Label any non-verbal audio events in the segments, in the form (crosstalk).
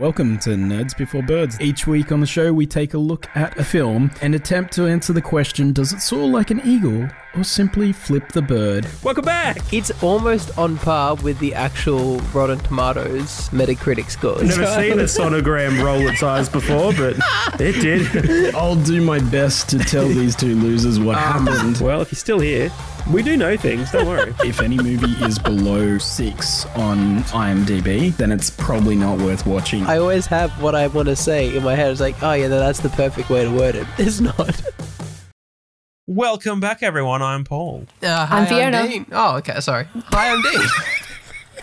Welcome to Nerds Before Birds. Each week on the show, we take a look at a film and attempt to answer the question does it soar like an eagle or simply flip the bird? Welcome back. It's almost on par with the actual Rotten Tomatoes Metacritic scores. Never seen a sonogram roll its eyes before, but it did. I'll do my best to tell these two losers what happened. Well, if you're still here, we do know things. Don't worry. If any movie is below six on IMDb, then it's probably not worth watching. I always have what I want to say in my head. It's like, oh yeah, no, that's the perfect way to word it. (laughs) It's not. Welcome back, everyone. I'm Paul. Uh, hi, I'm Fiona. I'm Dean. Oh, okay, sorry. Hi, I'm (laughs) Dean. (laughs)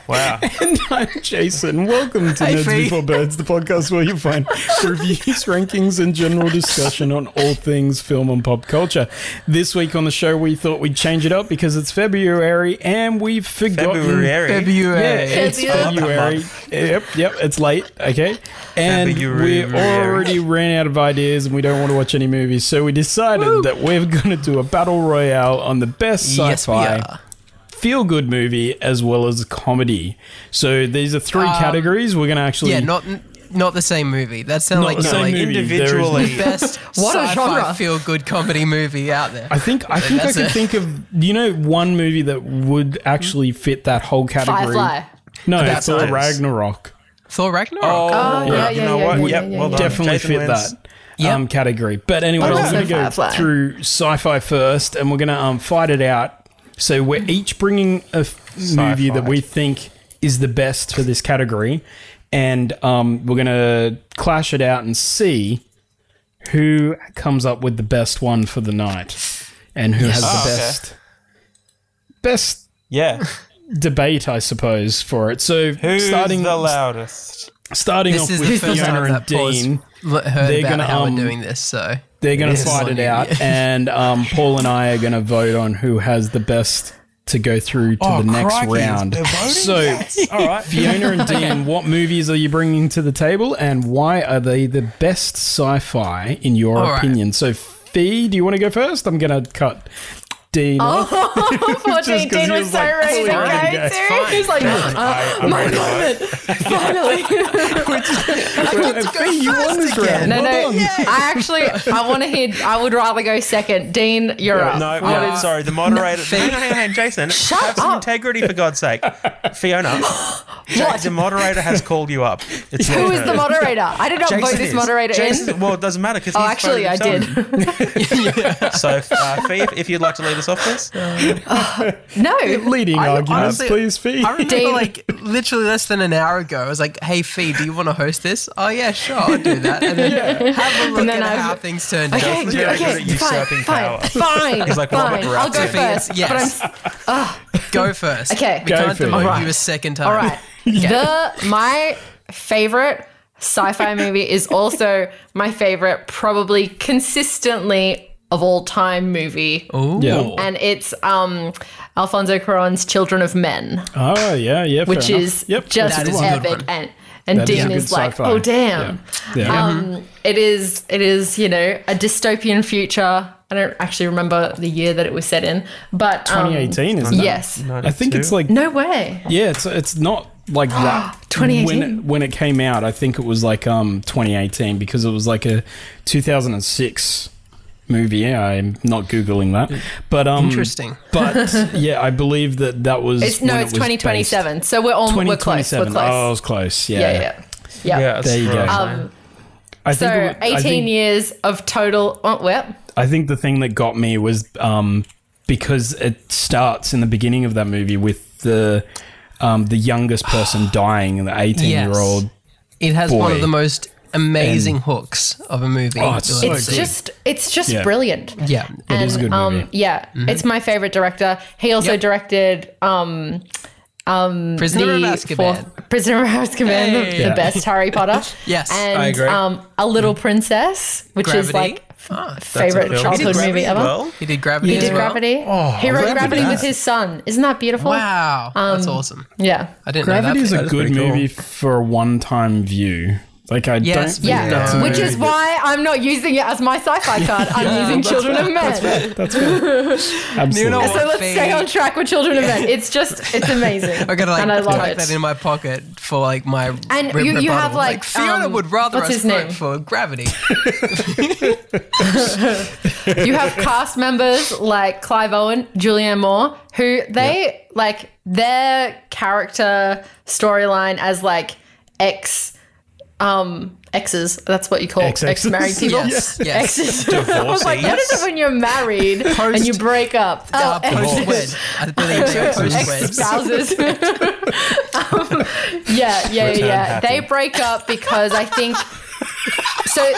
Wow. And I'm Jason. Welcome to Hey, Nerds Fee. Before Birds, the podcast where you (laughs) find reviews, rankings, and general discussion on all things film and pop culture. This week on the show, we thought we'd change it up because it's February and we've forgotten. February. Yeah, it's February. February. Yep, yep, it's late. Okay. And we February. already ran out of ideas and we don't want to watch any movies. So we decided that we're going to do a battle royale on the best sci fi Yes, we are. feel good movie as well as comedy. So these are three Um, categories. We're going to actually. Yeah, not not the same movie. That sounds Not like the you're same like movie. Individually. best (laughs) What a sci-fi genre. feel-good comedy movie out there. I think (laughs) I think I That's could it. think of you know one movie that would actually fit that whole category. Firefly. No, That's Thor nice. Ragnarok Thor Ragnarok. Oh, yeah, you yeah, know yeah, what? yeah, yep, yeah, well yeah. done. definitely Jason fit wins. that. Yep. Um, category, but anyway, I'd we're also going to go Firefly. through sci-fi first, and we're going to um, fight it out. So we're each bringing a f- movie that we think is the best for this category, and um, we're going to clash it out and see who comes up with the best one for the night, and who has Oh, the okay. best best (laughs) Yeah. debate, I suppose, for it. So Who's starting the loudest? starting this off is with the first Fiona time and that Paul's Dean. l- heard They're about gonna, how um, we're doing this. So They're going to Yes. fight it out, (laughs) and um, Paul and I are going to vote on who has the best to go through to the next Oh, crikey, round. we're voting? So, All right. (laughs) Fiona (laughs) and Dean, what movies are you bringing to the table, and why are they the best sci-fi in your All right. opinion? So, Fee, do you want to go first? I'm going to cut Dean. Oh, off. (laughs) Poor Dean, 'cause Dean he was, was so like, ready to "Fully ready go to go." through. He's like, oh, my God, (laughs) finally. Fee, you won this round. no, Well no, done. I actually, I want to hear, I would rather go second. Dean, you're up. No, What no, is- sorry. The moderator. No, no, no, no, Jason. Shut have some up. integrity for God's (laughs) sake. Fiona, Ja- the moderator has called you up. It's your Who is the turn. moderator? I did not vote Jason this is. moderator Jason, in. Well, it doesn't matter because Oh, actually, I did. So, uh, Fee, if- if you'd like to lead us off, please. No. Leading I- arguments, honestly, please, Fee. I remember, (laughs) Dean- like, literally less than an hour ago, I was like, "Hey, Fee, do you want to host this?" Oh yeah, sure, I'll do that. And (laughs) then have a look And then at I've- how things turned out. Okay, Jason's very good at okay, fine, usurping fine, power. fine, He's like Robert fine. I'll go Baratheon. first. Yes. But I'm s- Go first. Okay. we Go can't for it. demote Alright. you a second time. (laughs) All right. The my favorite sci-fi movie is also my favorite, probably consistently of all time movie, Ooh. Yeah. and it's um Alfonso Cuarón's Children of Men, Oh, yeah, yeah. fair which enough. is yep, just that's the That is one. a good epic. one. And and That Dean a is, good like, sci-fi. oh damn. Yeah. Yeah. Um, it is it is you know a dystopian future. I don't actually remember the year that it was set in, but um, 2018 isn't it? Yes. I think it's like No way. yeah, it's it's not (gasps) like that. 2018? When it, when it came out, I think it was like um 2018 because it was like a 2006 movie. Yeah, I'm not googling that, but um, Interesting. (laughs) But yeah, I believe that that was It's no, when it it's was twenty twenty seven. So we're all based- we're close. We're 2027. close. Oh, it was close. Yeah, yeah, yeah, yeah. Yeah, There you go. that's right. Um, I so think it wa- I 18 think- years of total. Oh, well, I think the thing that got me was um, because it starts in the beginning of that movie with the um, the youngest (gasps) person dying and the eighteen year old. It has one Boy. of the most amazing hooks of a movie. Oh, it's so it's good. just it's just Yeah. brilliant. yeah. It is a good um, movie. Mm-hmm. Yeah, it's my favorite director. He also Yep. directed um, Prisoner of the Azkaban. fourth Prisoner of Azkaban, the- Hey. the Yeah. Mm. best Harry Potter. (laughs) Yes. and I agree. Um, A Little Princess, which is Gravity. like Ah, that's favorite Phil. childhood Gravity movie as ever. well? He did Gravity. He as did well. Gravity. Oh, he wrote Gravity with his um, son. Isn't that beautiful? Wow, that's awesome. Yeah. I didn't know Gravity that. is bit. a That is good pretty cool. movie for a one time view. Like I Yes, don't. we think Yeah, that's a which movie is why I'm not using it as my sci-fi card. I'm using Children of Men. that- Absolutely. know So what? let's stay Fade. on track with Children of Men. It's just, it's (laughs) amazing. I gotta like and I love tuck it. that in my pocket for like my And re- you- you have, rebuttal. like, Fiona um, would rather what's us his vote name? for (laughs) gravity. (laughs) you have cast members like Clive Owen, Julianne Moore, who they like their character storyline as like ex um exes. That's what you call Ex-exes. ex married people. yes, yes. Exes. (laughs) I was like, what is it when you're married and you break up? Uh, Oh, post wed. exes. I believe they're post Ex wed. spouses. um, (laughs) yeah, yeah, yeah, Return yeah. happy. They break up because (laughs) I think so.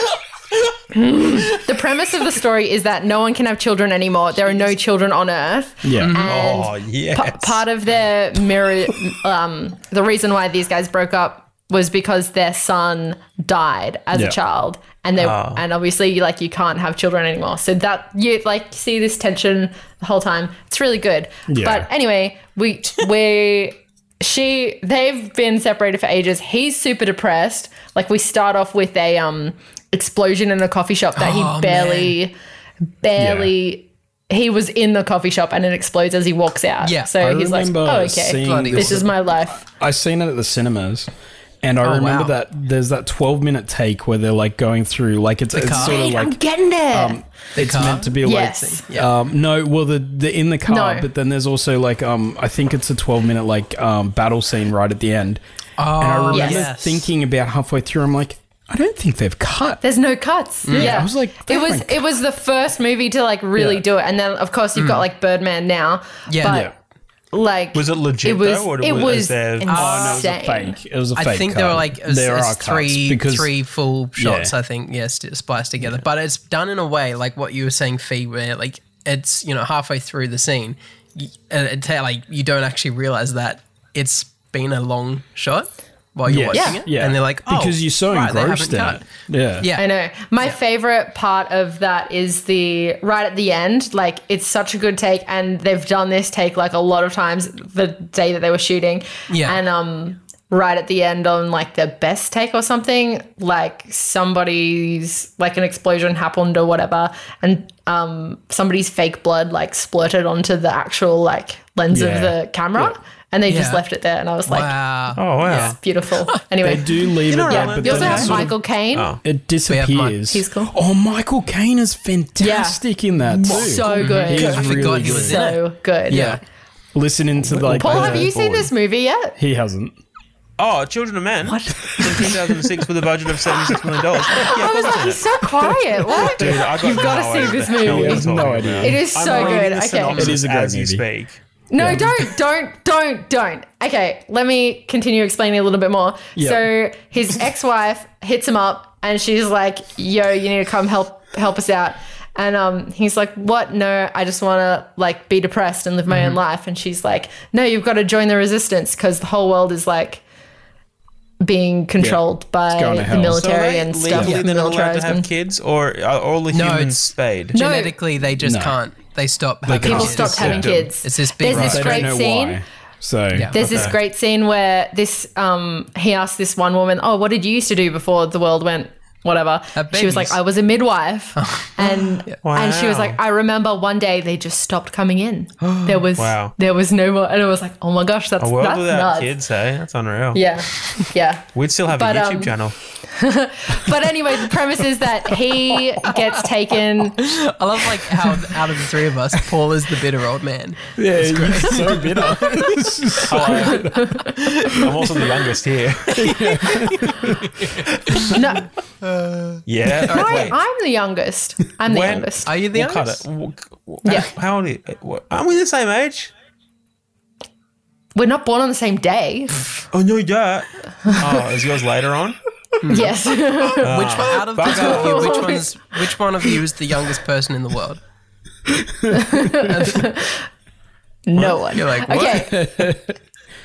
the premise of the story is that no one can have children anymore. There are no children on Earth. Yeah. Mm-hmm. And Oh, yes. pa- part of their mirror, um, the reason why these guys broke up was because their son died as Yeah. a child, and they and obviously like you can't have children anymore. So that you like see this tension the whole time. It's really good. Yeah. But anyway, we we she they've been separated for ages. He's super depressed. Like we start off with a um explosion in a coffee shop that Oh, he barely barely he was in the coffee shop and it explodes as he walks out. Yeah. So I he's like, remember oh, okay. seeing Bloody This is my life. I seen it at the cinemas, and I remember Oh, wow. that there's that 12 minute take where they're like going through like it's, it's car. (laughs) sort of I'm like um, getting there. it's car? meant to be Yes. like um, no, well the, the in the car, No. but then there's also like um I think it's a 12 minute like um battle scene right at the end, and Oh, I remember yes. thinking about halfway through, I'm like, I don't think they've cut. There's no cuts. Yeah. Mm, I was like, it was "Frank." it was the first movie to like really Yeah. Mm. do it. And then of course you've got like Birdman now. Yeah. But Yeah. like Was it legit it was, though, or it was, was there? Oh, insane. fake. It was a fake. I think there were cut. like it was- there it's are three cuts because three full shots. Yeah. I think yes, to- spliced together. But it's done in a way like what you were saying, Fee, where like it's you know halfway through the scene, you, and it ta- like you don't actually realize that it's been a long shot while you're Yes. watching Yeah. it, Yeah. and they're like, oh, because you're so right, they engrossed in haven't it. cut. Yeah. Yeah, I know. My favorite part of that is the right at the end. Like it's such a good take, and they've done this take like a lot of times the day that they were shooting. Yeah. And um, right at the end on like the best take or something, like somebody's like an explosion happened or whatever, and um, somebody's fake blood like splurted onto the actual like lens Yeah. of the camera, and they just Yeah. left it there, and I was like, Wow. Oh wow. beautiful. Anyway, They do leave know it what I there, meant? but you also then it have sort of- Oh. Michael Caine. It have disappears. Mike. He's cool. Oh, Michael Caine is fantastic in that too. So good. He is I forgot really he was good. in it. so good. Yeah. Listening to like. Paul, the- have you seen this movie yet? He hasn't. Oh, Children of Men. What? From 2006 with a budget of 76 million (laughs) dollars. Yeah, I was like, he's so quiet. What? Dude, I got You've no got to see idea this what the hell movie. we're No talking idea. about. It is I'm so reading good. the Okay. synopsis It is a great as you movie. speak. No, don't, don't, don't, don't. Okay, let me continue explaining a little bit more. Yeah. So his ex-wife hits him up, and she's like, "Yo, you need to come help help us out." And um, he's like, "What? No, I just want to like be depressed and live my Mm-hmm. own life." And she's like, "No, you've got to join the resistance because the whole world is like." Being controlled by going to the hell. So are military they and stuff. legally and they're not allowed to militarized have and- kids, or are all the No, humans it's- spayed? No. Genetically, they just can't. They stop having can't. people Yeah. kids. stopped having Yeah. kids. It's this big There's rush. this They great don't know scene. why. So There's this great scene where this um, he asked this one woman, "Oh, what did you used to do before the world went whatever?" Have She was like, babies. "I was (laughs) a midwife," and and she was like, "I remember one day they just stopped coming in. There (gasps) was Wow. there was no more," and it was like, "Oh my gosh, that's A world that's without nuts." kids, hey? That's unreal. Yeah, yeah. We'd still have But, a YouTube um, (laughs) channel. But anyway, the premise is that he gets taken. I love like how out of the three of us, Paul is the bitter old man. yeah, you're so bitter. I'm also the youngest (laughs) here. No, Yeah. I, Wait, I'm the youngest. I'm the When- youngest. Are you the we'll cut youngest? it. We'll- Yeah. How old are you? What- Aren't we the same age? We're not born on the same (laughs) day. Oh, no, yeah. (laughs) Oh, is yours later on? yes. (laughs) Which one out of the two of you, which one's which one of you is the youngest person in the world? No one. You're like, what? Okay,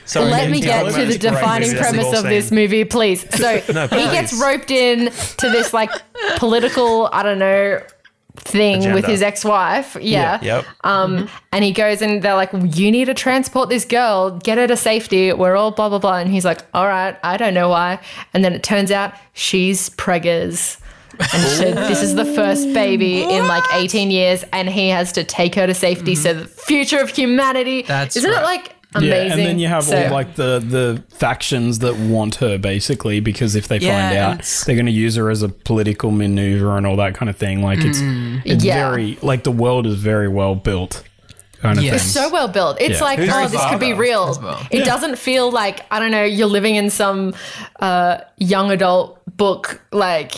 Sorry, let me tell get me to the it's great defining because we've all premise of this seen- movie, please. (laughs) So No, he gets please. roped in to this like political, I don't know, thing with Agenda. his ex-wife. Yeah. Yep. Um, and he goes and they're like, "You need to transport this girl, get her to safety. We're all blah blah blah." And he's like, "All right, I don't know why." And then it turns out she's preggers. And so this is the first baby in like 18 years, and he has to take her to safety. So the future of humanity. That's isn't it right. like amazing? Yeah, and then you have So- all like the the factions that want her basically because if they Yeah, find and out, it's- they're going to use her as a political maneuver and all that kind of thing. Like Mm. it's it's Yeah. very like the world is very well built. Kind of Yes. thing. so well built. It's Yeah. like, Who's oh, the this could be father real. as well? It doesn't feel like I don't know. You're living in some uh, young adult book, like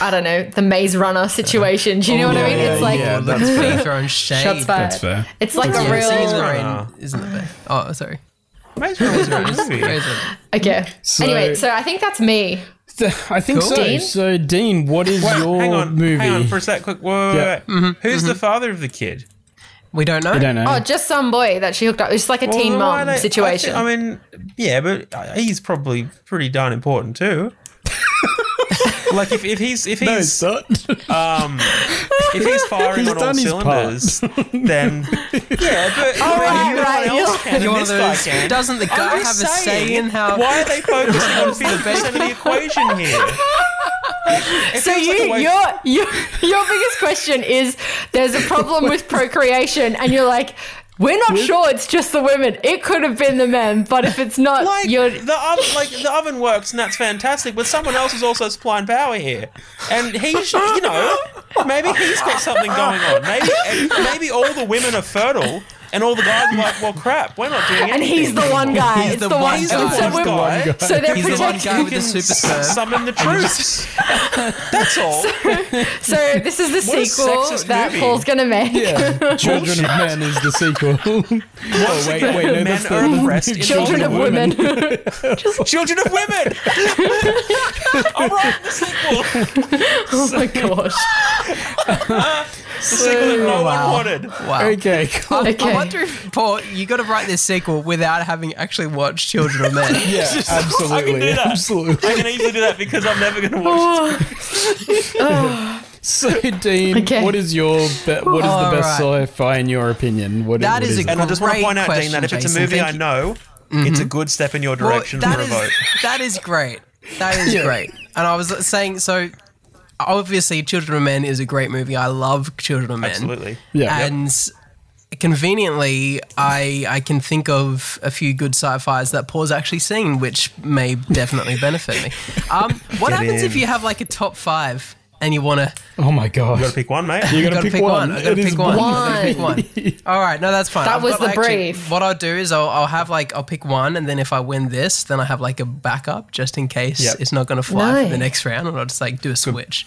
I don't know, the Maze Runner situation. Do you know what I mean? it's like yeah, (laughs) That's being thrown shade. shots fired. That's fair. It's like Yeah, a Singing in the real Runner. rain isn't the best. Oh, sorry. Maze Runner (laughs) was a good movie. okay. anyway, so I think that's me. (laughs) I think so. Dean? So Dean, what is Wait, your hang on, movie? hang on for a sec. Quick, whoa, wait, Yeah. wait, wait. Who's the father of the kid? We don't know. I don't know. Oh, just some boy that she hooked up. It's like a teen Well, why mom they- I thi- situation. I, mean, yeah, but uh, he's probably pretty darn important too. like if, if he's if no, he's son. (laughs) um if he's firing He's on all done his part. cylinders, (laughs) then yeah, but right, I mean, right, everyone else You're can, and one of this guy those. can. Doesn't the guy I'm have a just saying, say in how? Why are they focusing on fifty percent of the equation here? It so feels like a you, waste- your, your your biggest question is there's a problem with procreation, and you're like, we're not sure it's just the women. It could have been the men, but if it's not, like you're the oven, like the oven works, and that's fantastic. But someone else is also supplying power here, and he, should, you know, maybe he's got something going on. Maybe, maybe all the women are fertile, and all the guys are like, "Well, crap, we're not doing anything." and he's the one guy. He's it's the the, one one. guy. and So, He's the we're- one guy. so they're He's the one protecting. guy with the Who can super s- serve. Summon the troops. (laughs) That's all. So this is the What a sequel sexist that movie. Paul's gonna make. Children of Men is the (laughs) sequel. oh wait, wait, no, that's the Men (laughs) are oppressed. in (laughs) Children of Hollywood. women. Children of women. (laughs) all right, the sequel. (laughs) oh my gosh. The sequel that no Wow. one wanted. Wow. Okay, (laughs) cool. Okay. I wonder if Paul, you got to write this sequel without having actually watched Children of (laughs) Men. (laughs) Yeah, absolutely, do that. absolutely. (laughs) I can easily do that because I'm never going to watch this. So, Dean, Okay. what is your be- what is the All best right. sci-fi in your opinion? What, That what is a it? And I just want to Great point out, Dean, that if question, it's a Jason. movie Thank I you. know, it's a good step in your Well, direction that for a is- (laughs) vote. That is great. That (laughs) is great. And I was saying, so obviously, Children of Men is a great movie. I love Children of Men. Absolutely. Yeah. Yep. And conveniently, I I can think of a few good sci-fi's that Paul's actually seen, which may (laughs) definitely benefit me. Um, what Get happens in. if you have like a top five and you want to Oh my god! (laughs) Got to pick one, mate. You gotta, gotta pick, one. I gotta It is pick one. one. I gotta pick one. All right, no, that's fine. That I've was got, the actually- brief. What I'll do is I'll, I'll have like I'll pick one, and then if I win this, then I have like a backup just in case Yep. it's not going to fly for the Nice. next round, and I'll just like do a switch.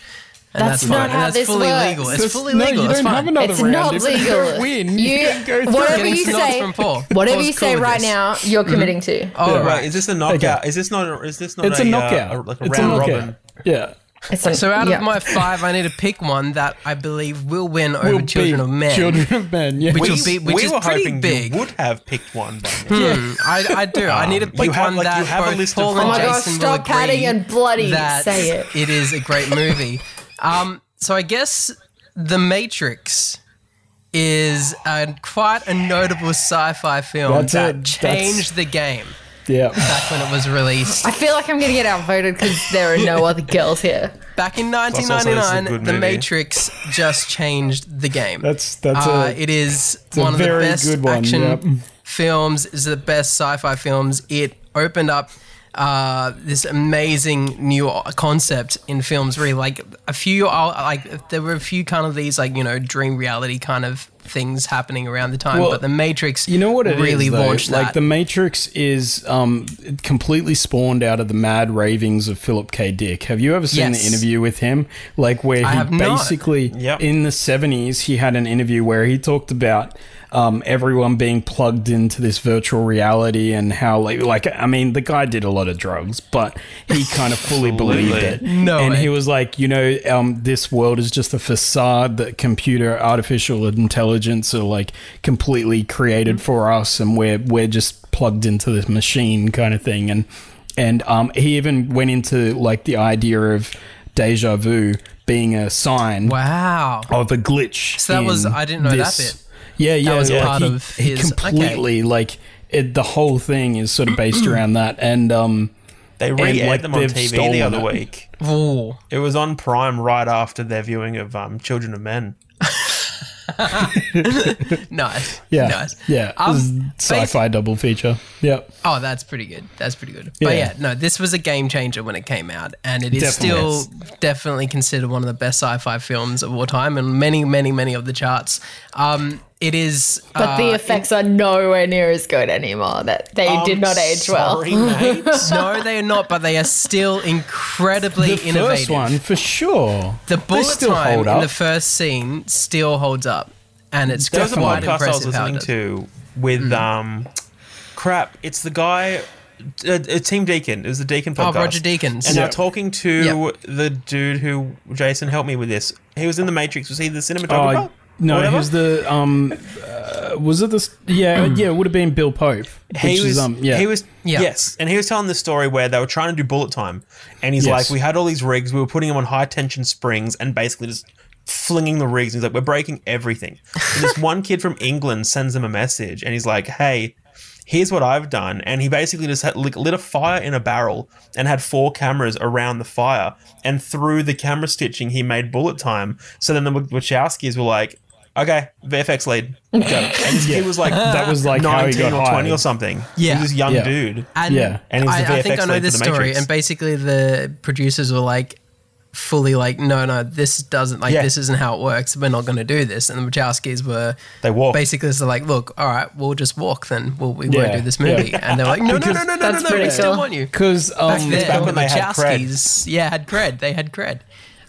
And That's fine. not And how that's this fully works. legal. It's That's- fully no, legal. you it's don't fine. have another It's round. not if you legal. don't win, you, You- can go through. whatever Getting you some nods say- from Paul. (laughs) Whatever Paul's you cool say with right this. now, you're committing Mm-hmm. to. All right. Right, is this a knockout? Is this not? A, is this not? It's a uh, knockout. a- like a it's round a knockout. robin. Yeah. It's an- So out yeah. of my five, I need to pick one that I believe will win over We'll Children beat of Men. Children of Men. Yeah. Which- be- which we is were pretty hoping big. you would have picked one. By now. Hmm, I, I do. I need to Um, pick you have, one like, that you have a both list of Paul Oh and my Jason gosh, will stop agree patting and bloody. that Say it. It is a great movie. um, so I guess The Matrix is a, quite a notable sci-fi film That's that it. changed the game yeah. back when it was released. I feel like I'm gonna get outvoted because there are no other girls here. Back in also, this is a 1999, good The movie. Matrix just changed the game. That's that's uh, a, it is a one of the very best good one, action yep. films. Is the best sci-fi films. It opened up uh, this amazing new concept in films. Really, like a few, uh, like there were a few kind of these, like you know, dream reality kind of things happening around the time. Well, but The Matrix, You know what it is, really though? launched Like that. the Matrix is um, completely spawned out of the mad ravings of Philip K. Dick. Have you ever seen Yes. the interview with him? Like where he have not. basically Yep. in the seventies he had an interview where he talked about um, everyone being plugged into this virtual reality and how like like I mean the guy did a lot of drugs, but he kind of fully believed it. No and way. he was like, you know, um, this world is just a facade that computer artificial intelligence are like completely created for us, and we're we're just plugged into this machine kind of thing. And and um, he even went into like the idea of deja vu being a sign Wow. of a glitch. So that was- in I didn't know that this. bit. Yeah, yeah. was like, part he, of he his- okay. completely like it, the whole thing is sort of based around that, and um, They re aired like, them on they've TV stolen the other it. week. Ooh. It was on Prime right after their viewing of um, Children of Men. Nice. yeah, Nice. yeah, it Um, was sci-fi double feature. Yeah, Oh, that's pretty good. That's pretty good. Yeah. But yeah, no, this was a game changer when it came out, and it is Definitely. still definitely considered one of the best sci-fi films of all time, and many, many, many of the charts. Um, it is, But uh, the effects are nowhere near as good anymore. That they did not age well. Sorry, mate. uh, (laughs) no, they are not, but they are still incredibly the innovative. first one for sure. The bullet still time hold in up. the first scene still holds up, and it's There was a quite podcast I was impressive how it listening does. Mm. to with um, crap. It's the guy, uh, uh, Team Deacon. It was the Deacon Oh, podcast. Roger Deakins. And Yeah. they're talking to the dude who Jason helped me with this. He was in the Matrix. Was he the cinematographer? Uh, no, Whatever? he was the um, uh, was it this? Yeah, yeah, it would have been Bill Pope. He which was, is, um, yeah, he was, Yeah. yes, and he was telling the story where they were trying to do bullet time, and he's Yes. like, "We had all these rigs, we were putting them on high tension springs, and basically just flinging the rigs." And he's like, "We're breaking everything." (laughs) and this one kid from England sends him a message, and he's like, "Hey, here's what I've done," and he basically just had, like, lit a fire in a barrel and had four cameras around the fire, and through the camera stitching, he made bullet time. So then the Wachowskis were like. Okay, VFX lead. Got it. And this kid was like, That was, like, how he 19 got or 20 hired. or something. Yeah. He was this young Yeah. dude. And, Yeah. And he was the I, I think VFX I know lead for this The story. Matrix. And basically, the producers were like, fully like, no, no, this doesn't, like, Yeah. this isn't how it works. We're not going to do this. And the Wachowskis were They walked. basically just like, look, all right, we'll just walk then. We'll, we won't Yeah. do this movie. And they're like, no, no, no, no, no, no, That's no, pretty we still cool. want you. because Back um, then, back when the they had cred. Wachowskis, yeah, had cred. They had cred.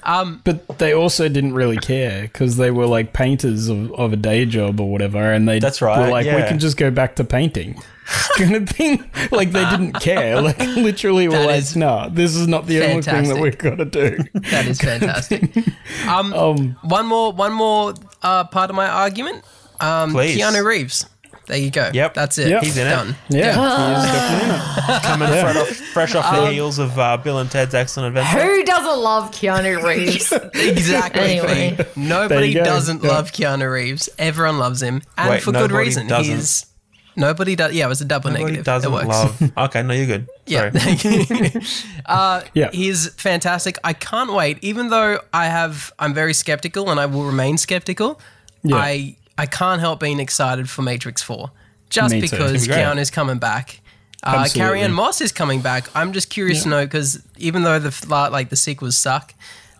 But they also didn't really care because they were like painters of, of a day job or whatever, and they That's right, were like, we yeah. can just go back to painting. (laughs) kind of thing. Like they didn't care. Like literally, were That like, is no, this is not the only thing that fantastic. we've got to (laughs) do. That (laughs) is fantastic. um, one more, one more uh, part of my argument. Um, Please. Keanu Reeves. There you go. Yep. that's it. Yep. He's in it. Done. yeah, coming fresh off, fresh off Um, the heels of uh, Bill and Ted's Excellent (laughs) Adventure. Who doesn't love Keanu Reeves? Exactly. Anyway. Fee. Nobody There you go. doesn't Yeah. love Keanu Reeves. Everyone loves him, and Wait, for good nobody reason. doesn't. He's nobody does. Yeah, it was a double Nobody negative. doesn't it works. (laughs) love. Okay, no, you're good. yeah, Sorry. yeah. he's fantastic. I can't wait. Even though I have, I'm very skeptical, and I will remain skeptical. I I can't help being excited for Matrix Four, just Me too. because It's gonna be great. Keanu's coming back. Uh, Absolutely. Carrie Ann Moss is coming back. I'm just curious to know because even though the f- la- like the sequels suck,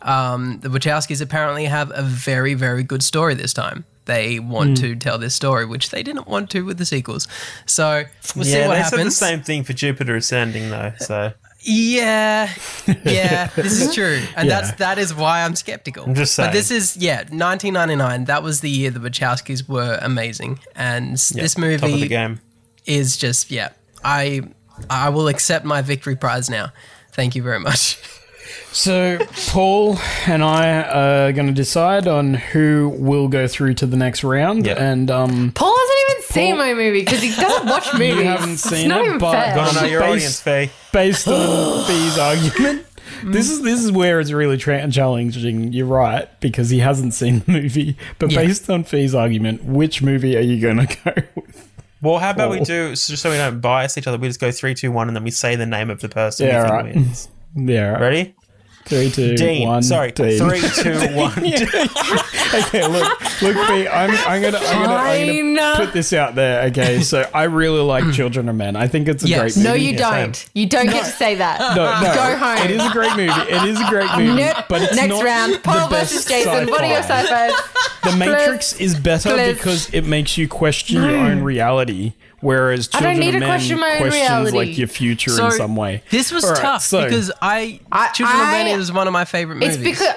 um, the Wachowskis apparently have a very very good story this time. They want Hmm. to tell this story, which they didn't want to with the sequels. So we'll (laughs) yeah, see what they happens. Uh, said the same thing for Jupiter Ascending though. So Yeah, (laughs) yeah, this is true, and Yeah. that's that is why I'm skeptical. I'm just But this saying. is yeah, 1999. That was the year the Wachowskis were amazing, and s- yeah, this top of the movie game. is just yeah. I I will accept my victory prize now. Thank you very much. So Paul and I are going to decide on who will go through to the next round, Yeah. and um, Paul hasn't even seen Paul- my movie because he doesn't watch movies. haven't it's seen not it, even but- fair. Gotta know your Base- audience, Fee. based on (gasps) B's argument. This is this is where it's really tra- challenging. You're right because he hasn't seen the movie. But Yeah. based on Fee's argument, which movie are you gonna go with? Well, how about we Cool. do so, so we don't bias each other? We just go three, two, one, and then we say the name of the person. Yeah, we right. think (laughs) wins. Yeah, right. Ready? three, two, Dean. one, Sorry, Dean. (laughs) three, two, one. okay, look, look, Fee. I'm, I'm gonna, I'm gonna, I'm gonna Fine. put this out there. Okay, so I really like Children of Men. I think it's a Yes. great movie. No, you Yeah, same. don't. You don't get to say that. No, no, Go home. It is a great movie. It is a great movie. Nope. But it's Next not round. Paul the versus best Jason. What are your sci-fi. sci-fi's? The Matrix is better Please. because it makes you question your own reality, whereas don't Children need of to Men question my own questions reality. like your future So in some way. This was All right, tough so- because I, I- Children of I- Men is one of my favorite movies. It's because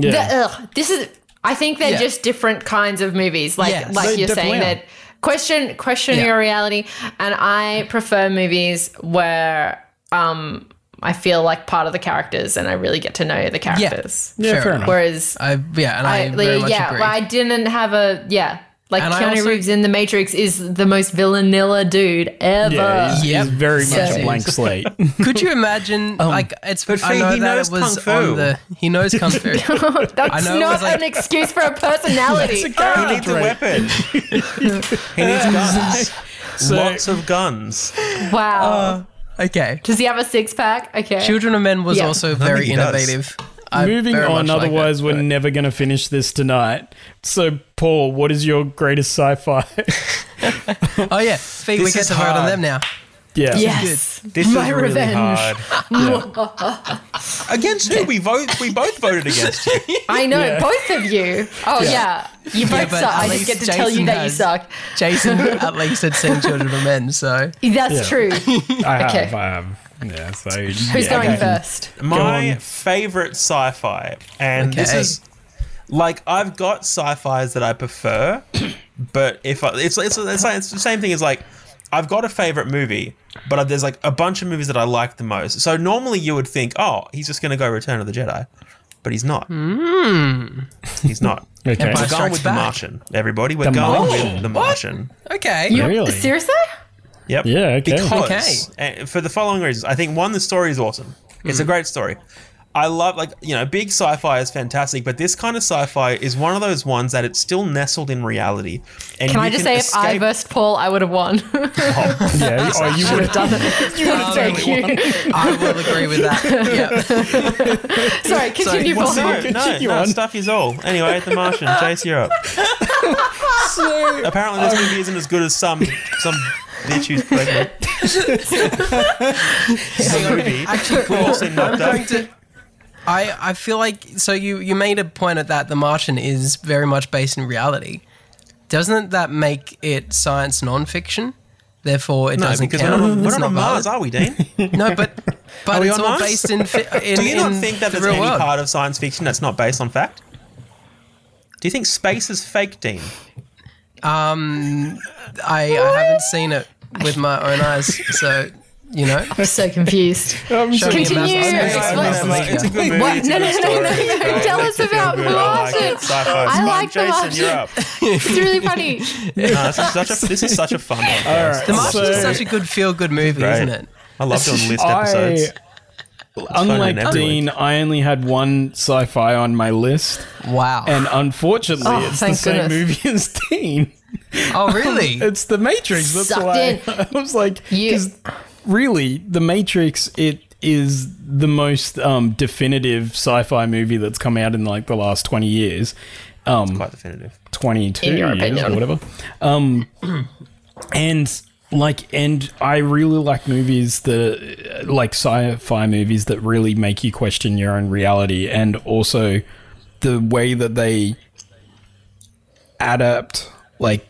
Yeah. the, ugh, this is. I think they're Yeah. just different kinds of movies. Like Yes. like They you're saying definitely are. that question question Yeah. your reality. And I prefer movies where um I feel like part of the characters and I really get to know the characters. yeah, fair Fair enough. Whereas I yeah, and I, I, very much yeah, agree. well, I didn't have a yeah. Like And I Keanu also- Reeves in The Matrix is the most villanilla dude ever. Yeah, he's, Yep. he's very much So- a blank (laughs) slate. Could you imagine? like it's. Um, but I Fee, know he that knows it was kung fu. on the. He knows (laughs) kung fu. I (laughs) That's know it not was like- an excuse (laughs) for a personality. He needs a (laughs) weapon. he needs guns. So- Lots of guns. wow. Uh, okay. Does he have a six pack? Okay. Children of Men was Yeah. also very he does. innovative. I Moving very on, much like otherwise it, we're but- never going to finish this tonight. So, Paul, what is your greatest sci-fi? (laughs) Oh yeah, Fee, we This get is to vote on hard. them now. yeah. Yes. This My is really revenge. hard. Yeah. (laughs) Against who? We vote. We both voted against you. I know, Yeah. both of you. Oh, yeah. You both but suck. I at just get to least tell Jason you that you has. suck. Jason (laughs) at least had seen Children of Men, so That's Yeah. true. I have. Okay. I have. Yeah. So Who's yeah, going okay. first? My on. favorite sci-fi, and this Okay. is like I've got sci-fi's that (clears throat) I prefer, but if I, it's it's it's, like, it's the same thing as like I've got a favorite movie, but there's like a bunch of movies that I like the most. So normally you would think, oh, he's just gonna go Return of the Jedi, but he's not. He's not. (laughs) Okay. Empire We're going Strikes with Back. The Martian, everybody. We're The going Martian. with The Martian. okay. You, Really? Seriously? Yep. Yeah, okay. Because uh, for the following reasons, I think one, the story is awesome. It's Hmm. a great story. I love like you know, big sci-fi is fantastic, but this kind of sci-fi is one of those ones that it's still nestled in reality. And Can you I just say if I escape- versed Paul, I would have won? (laughs) (laughs) Yeah. Oh, you would. Done it. Thank you. I will agree with that. Yeah. (laughs) Sorry, continue, Well, (laughs) Paul. no, no, Continue no, on. stuff is all. Anyway, The Martian, Chase (laughs) Europe. So, Apparently, this movie isn't as good as some some bitch who's (laughs) pregnant. Hang on. Movie. Actually, We've all seen I'm knocked going up. to. I, I feel like so you you made a point at that the Martian is very much based in reality. Doesn't that make it science non-fiction? Therefore, it No, doesn't because we're count. not on, It's we're not not on Mars, valid. are we, Dean? (laughs) No, (laughs) but but we it's on all Mars? based in, fi- in (laughs) Do you not in think that the there's real any world. part of science fiction that's not based on fact? Do you think space is fake, Dean? Um, I, I haven't seen it with my own eyes, so you (laughs) know. I'm so confused. um, so- Show me a Continue. mouse. It's I I don't know, know, like- it's like- like, it's a good movie. What? It's a No, good story. no, no, no, no. Great, Tell makes us you feel about good. I like Martian. it. Sci-fi. I Come on, like The Jason, you're up. It's really funny. No, this, is such a, this is such a (laughs) fun podcast. right. The Martian is So- such a good feel-good movie, Great. isn't it? I love doing list I, episodes. in unlike every week. Dean, I only had one sci-fi on my list, Wow. (sighs) and unfortunately, Oh, it's the thank same goodness. movie (laughs) as Dean. oh, (laughs) really? It's the Matrix. That's Sucked why in. (laughs) I was like, (laughs) You- because really, the Matrix it is the most um, definitive sci-fi movie that's come out in like the last twenty years. Um, Quite definitive. 22 In your years opinion. or whatever. Um, and like, and I really like movies that, uh, like sci-fi movies that really make you question your own reality, and also the way that they adapt like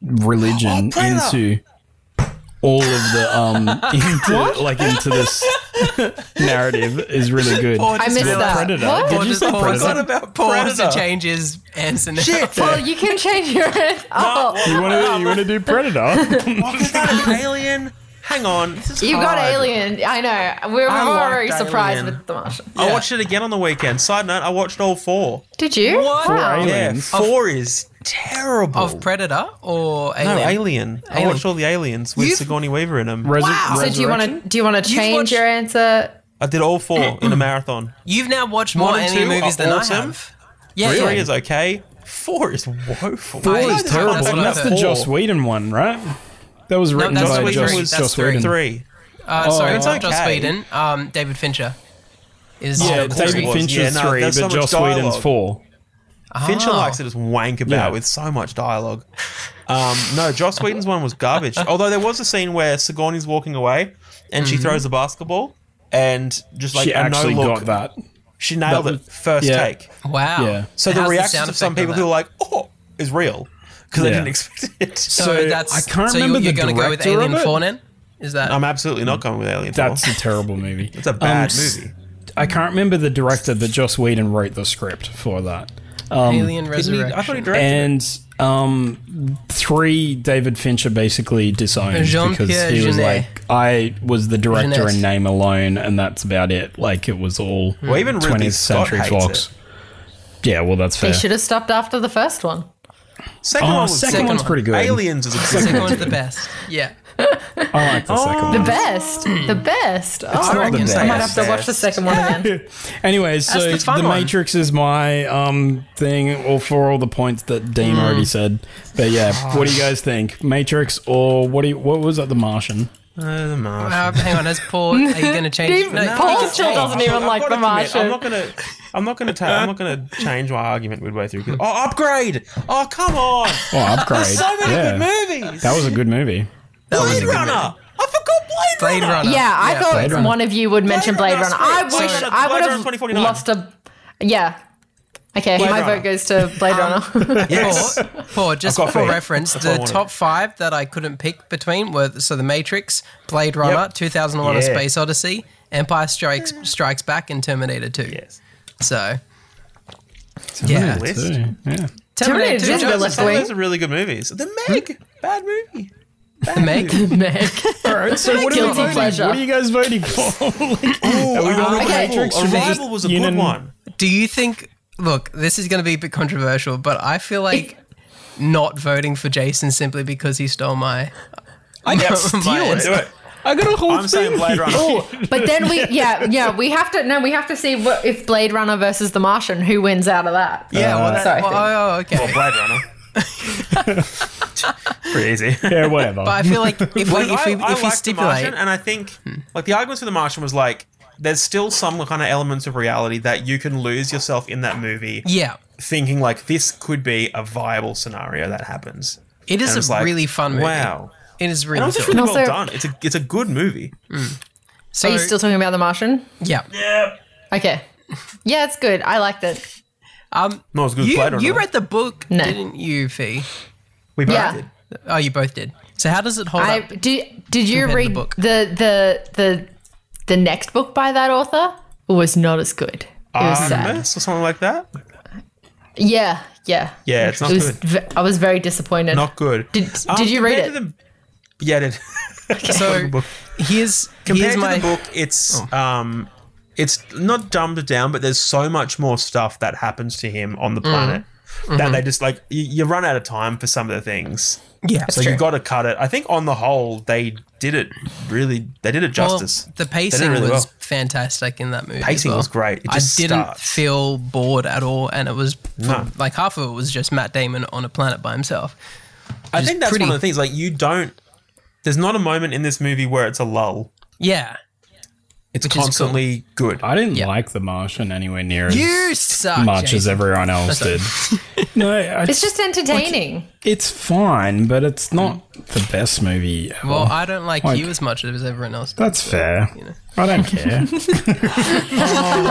religion into all of the um into like into this narrative is really good. I missed Well, that. Predator. What? Did Paul you just say Paul forgot Predator? about Paul to Predator. change his answer now. Paul, you can change your answer. Oh, You want to you want to do Predator? What is that? An alien? Hang on. This is you got hard. Alien. I know. We were I liked already surprised Alien. with The Martian. I watched it again on the weekend. Side note, I watched all four. Did you? What? Wow. Alien. Yeah, Aliens. four is terrible. Of Predator or Alien? no, Alien. I Alien. watched all the Aliens with You've- Sigourney Weaver in them. Resu- Wow. So do you want Resurrection? to do you want to change watched- your answer? I did all four in a marathon. You've now watched more One and alien two movies are than I awesome. have. Yeah, Three yeah. is okay. Four is woeful. Four I- is that's terrible. what That's, I and that's the thought. Joss Whedon one, right? That was written that's by Whedon. Joss, That's Joss three. Whedon. Three. Uh, sorry, Oh, it's okay. not Joss Whedon. Um, David Fincher is Yeah, yeah, course David it was. Fincher's Yeah, no, three, but there's so much Joss Whedon's dialogue. four. Fincher Ah. likes to just wank about Yeah. with so much dialogue. Um, no, Joss Whedon's one was (laughs) garbage. Although there was a scene where Sigourney's walking away and Mm-hmm. she throws a basketball and just like she a actually no look, got that. She nailed That it was- first yeah. take. Wow. Yeah. So How's the the reactions sound of some effect on people who that? are like, "Oh, is real," because they Yeah. didn't expect it. So, So, that's I can't so remember you're, the you're gonna go with director of Alien it. 4 then? Is that I'm absolutely not going with Alien. Four. That's a terrible movie. it's a bad Um, s- movie. I can't remember the director, but Joss Whedon wrote the script for that. Alien Didn't he- Resurrection? I thought he directed. it. And um, three, David Fincher basically disowned Jean-Pierre because he was Jeunet. like, I was the director Jeunet. in name alone, and that's about it. Like it was all Well, even Ridley 20th Scott Century hates Fox. Yeah, well, that's fair. They should have stopped after the first one. Second Oh, one was second sick. one's pretty good. Aliens is a The good second one. one's the (laughs) best. Yeah. I like the second The one. best. the best. I Oh, reckon best. so. I might have to (laughs) watch the second one again. Anyways, so the fun the one. Matrix is my um thing, or for all the points that Dean already said. But yeah, what do you guys think? Matrix or what? Do you, what was that? The Martian. Uh, the Martian. Uh, hang on, as Paul, are you going to change? Even Paul you can still change. doesn't even I've like gotta The admit, I'm Martian. not gonna. I'm not gonna. Ta- I'm not (laughs) gonna change my argument midway through. 'cause- Oh, upgrade! Oh, come on! Oh, upgrade. So many yeah. good movies. That was a good movie. That was a Blade good Runner. I forgot Blade, Blade Runner. Yeah, I thought Blade Runner. one of you would mention Blade, Blade Runner. Runner, I sorry. wish Blade Runner, I Blade Runner would have 2049. lost a. Yeah. Okay, Blade my Runner. vote goes to Blade Runner. Yes. Paul, Paul, just I've for got faith. reference, That's what I the wanted. top five that I couldn't pick between were so The Matrix, Blade Runner, 2001: A Yeah. Space Odyssey, Empire Strikes Strikes Back, and Terminator 2. Yes. So, yeah, List. Too. Yeah. Terminator Terminator 2 is a good Jones, list. Some of those are really good movies. The Meg, bad movie. (clears throat) the Meg. Meg. All right. So what are, we Guilty voting? pleasure. what are you guys voting for? Like, Oh, Arrival. okay. Matrix or just Arrival was a good Union- one. Do you think? Look, this is going to be a bit controversial, but I feel like not voting for Jason simply because he stole (laughs) my. I Yeah, steal it. Do it. I got a whole I'm saying Blade Runner. Oh, but then we yeah yeah we have to no we have to see what if Blade Runner versus The Martian who wins out of that. (laughs) Yeah, well, that, Sorry. Oh, oh, okay. Blade Runner. (laughs) Pretty easy. Yeah, whatever. But I feel (laughs) like if we if we, I, I if we liked The stipulate, Martian, and I think like the arguments for The Martian was like there's still some kind of elements of reality that you can lose yourself in that movie, yeah, thinking like this could be a viable scenario that happens. it And is it's a like, really fun movie. Wow. It is And it really was just good. really And well also- done. It's a it's a good movie. So, Are you still talking about The Martian? yeah. Okay. Yeah, it's good. I liked it. Um, No, it's good. you, Blade Runner. you read the book, No. didn't you, Fee? we both Yeah. did. Oh, you both did. So how does it hold I (laughs) up? do. Did you Compared to the read the, book. the the the next book by that author? It was not as good. It was Ah, sad. Artemis or something like that. Yeah, yeah. Yeah, it's not It was. good. Ve- I was very disappointed. Not good. Um, Did- did you read compared it? to The, yeah, I did. So (laughs) book. here's compared here's to my Oh. the book, it's um, it's not dumbed down, but there's so much more stuff that happens to him on the Mm. planet that they just like you, you run out of time for some of the things. Mm-hmm. yeah. so you got to cut it. I think on the whole, they did it really. They did it Well, justice. the They pacing did it really was well. fantastic in that movie. as Pacing well. was great. It I just didn't starts. feel bored at all, and it was No. like half of it was just Matt Damon on a planet by himself. I is think that's pretty- one of the things. Like you don't. There's not a moment in this movie where it's a lull. Yeah, It's is cool. constantly good. I didn't Yeah. like The Martian anywhere near as you suck. much as Jason. everyone else did. no, I, It's just entertaining. it's fine, but it's not the best movie. Ever. Mm. Well, I don't like, Like- you as much as everyone else. does. that's fair. I (laughs) don't care.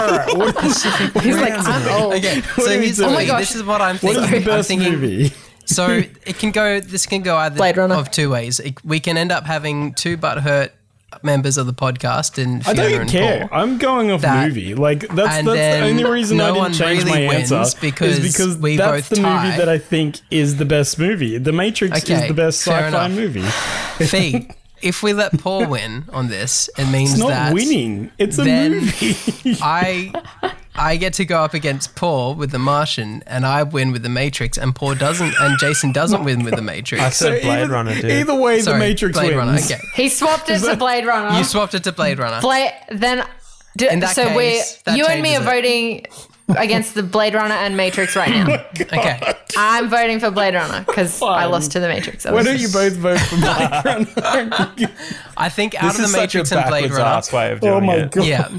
He's like, I'm (laughs) old. Okay, so are you here's doing? the Oh my thing. gosh. This is what I'm what thinking. is the I'm best thinking, movie? (laughs) So it can go. This can go either Blade Runner. of two ways. It, we can end up having two butthurt members of the podcast and I Fiona don't and care. Paul. I'm going off That- movie. Like that's that's and the then only reason no I one didn't change really my wins answer because is because we that's both the tie. movie that I think is the best movie. The Matrix Okay, is the best fair sci-fi enough. movie. Fee, if we let Paul win on this, it means It's not that winning. It's a then- movie. I I get to go up against Paul with The Martian, and I win with The Matrix, and Paul doesn't, and Jason doesn't win with The Matrix. said (laughs) Blade either, Runner, dude. Either way, the Sorry, Matrix Blade wins. Runner. Okay, He swapped it to Blade Runner. you swapped it to Blade Runner. (laughs) Blade, then d- In that so case, we that you and me are changes it. voting against the Blade Runner and Matrix (laughs) right now. okay, I'm voting for Blade Runner because I lost to the Matrix. Why don't you both vote for Blade Runner? I think out This of is The Matrix such a and Blade backwards Runner. ass way of doing oh my it. god! Yeah.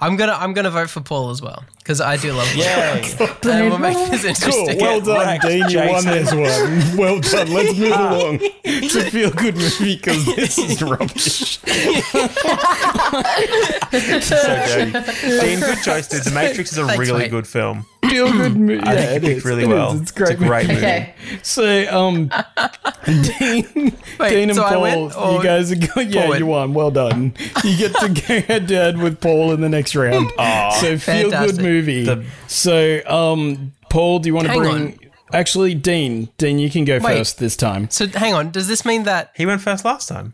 I'm gonna I'm gonna vote for Paul as well because I do love Blade (laughs) Yay. Runner. And we'll make this Cool. interesting. Oh, Well Get done, wrecked, Dean. You won Jason. this one. (laughs) Well done. Let's move Ah. along to feel good movie because this (laughs) is rubbish. so dirty. (laughs) Dean, good choice, dude. The Matrix is a Thanks, really mate. good film. Feel good movie. I think you picked really well. It's great. It's a great movie. Okay. So, um, Dean, (laughs) Wait, Dean and so I Paul, win, or- you guys are going. Yeah, Paul win? you won. Well done. You get to go (laughs) head to head with Paul in the next (laughs) round. so feel good Fantastic. movie. so, um, Paul, do you want to Hang bring? Actually, Dean, Dean, you can go Wait. first this time. So hang on, does this mean that He went first last time.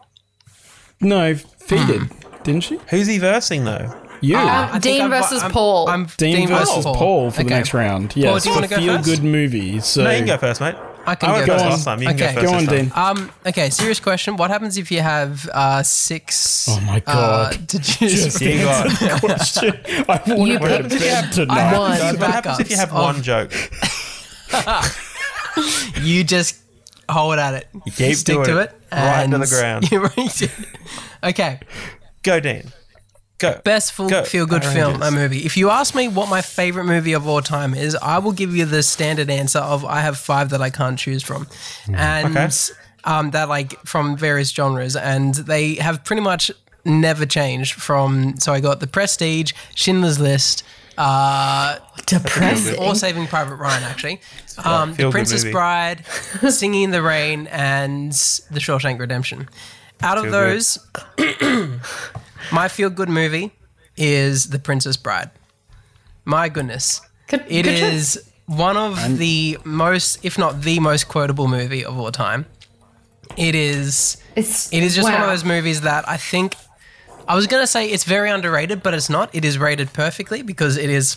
Hmm. No, Fee did, didn't she? Who's he versing though? You. Um, I think Dean I've- versus I'm- Paul. I'm Dean, versus Paul, for the Okay. next round. Paul, Yes, do you for wanna go feel first? good movie. So No, you can go first, mate. I can went go first first. last time. You can Okay. go Go first. this on, time. Dean. Um. Okay. Serious question. What happens if you have uh six? Oh my God. Uh, (laughs) to choose Dean, go (laughs) on. question. I want to You go to picked bed I tonight. have One. a few What happens if you backups have of- one joke? You just hold at it. You keep stick doing to it. it. Right to and the (laughs) ground. you raise it. okay. Go, Dean. Go. Best full, Go. feel Um, good Power film, a Rangers. movie. If you ask me what my favorite movie of all time is, I will give you the standard answer of I have five that I can't choose from, and Okay. um, that like from various genres, and they have pretty much never changed from. So I got The Prestige, Schindler's List, uh, Depressing. or Saving Private Ryan, actually. Um, the feel-good Princess movie. Bride, Singing in the Rain, and The Shawshank Redemption. Out of Feel good. those, (coughs) my feel good movie is The Princess Bride. My goodness. Good- it good choice. is one of the most, if not the most quotable movie of all time. It is. It's, It is just one wow. of those movies that I think I was gonna say it's very underrated, but it's not. It is rated perfectly because it is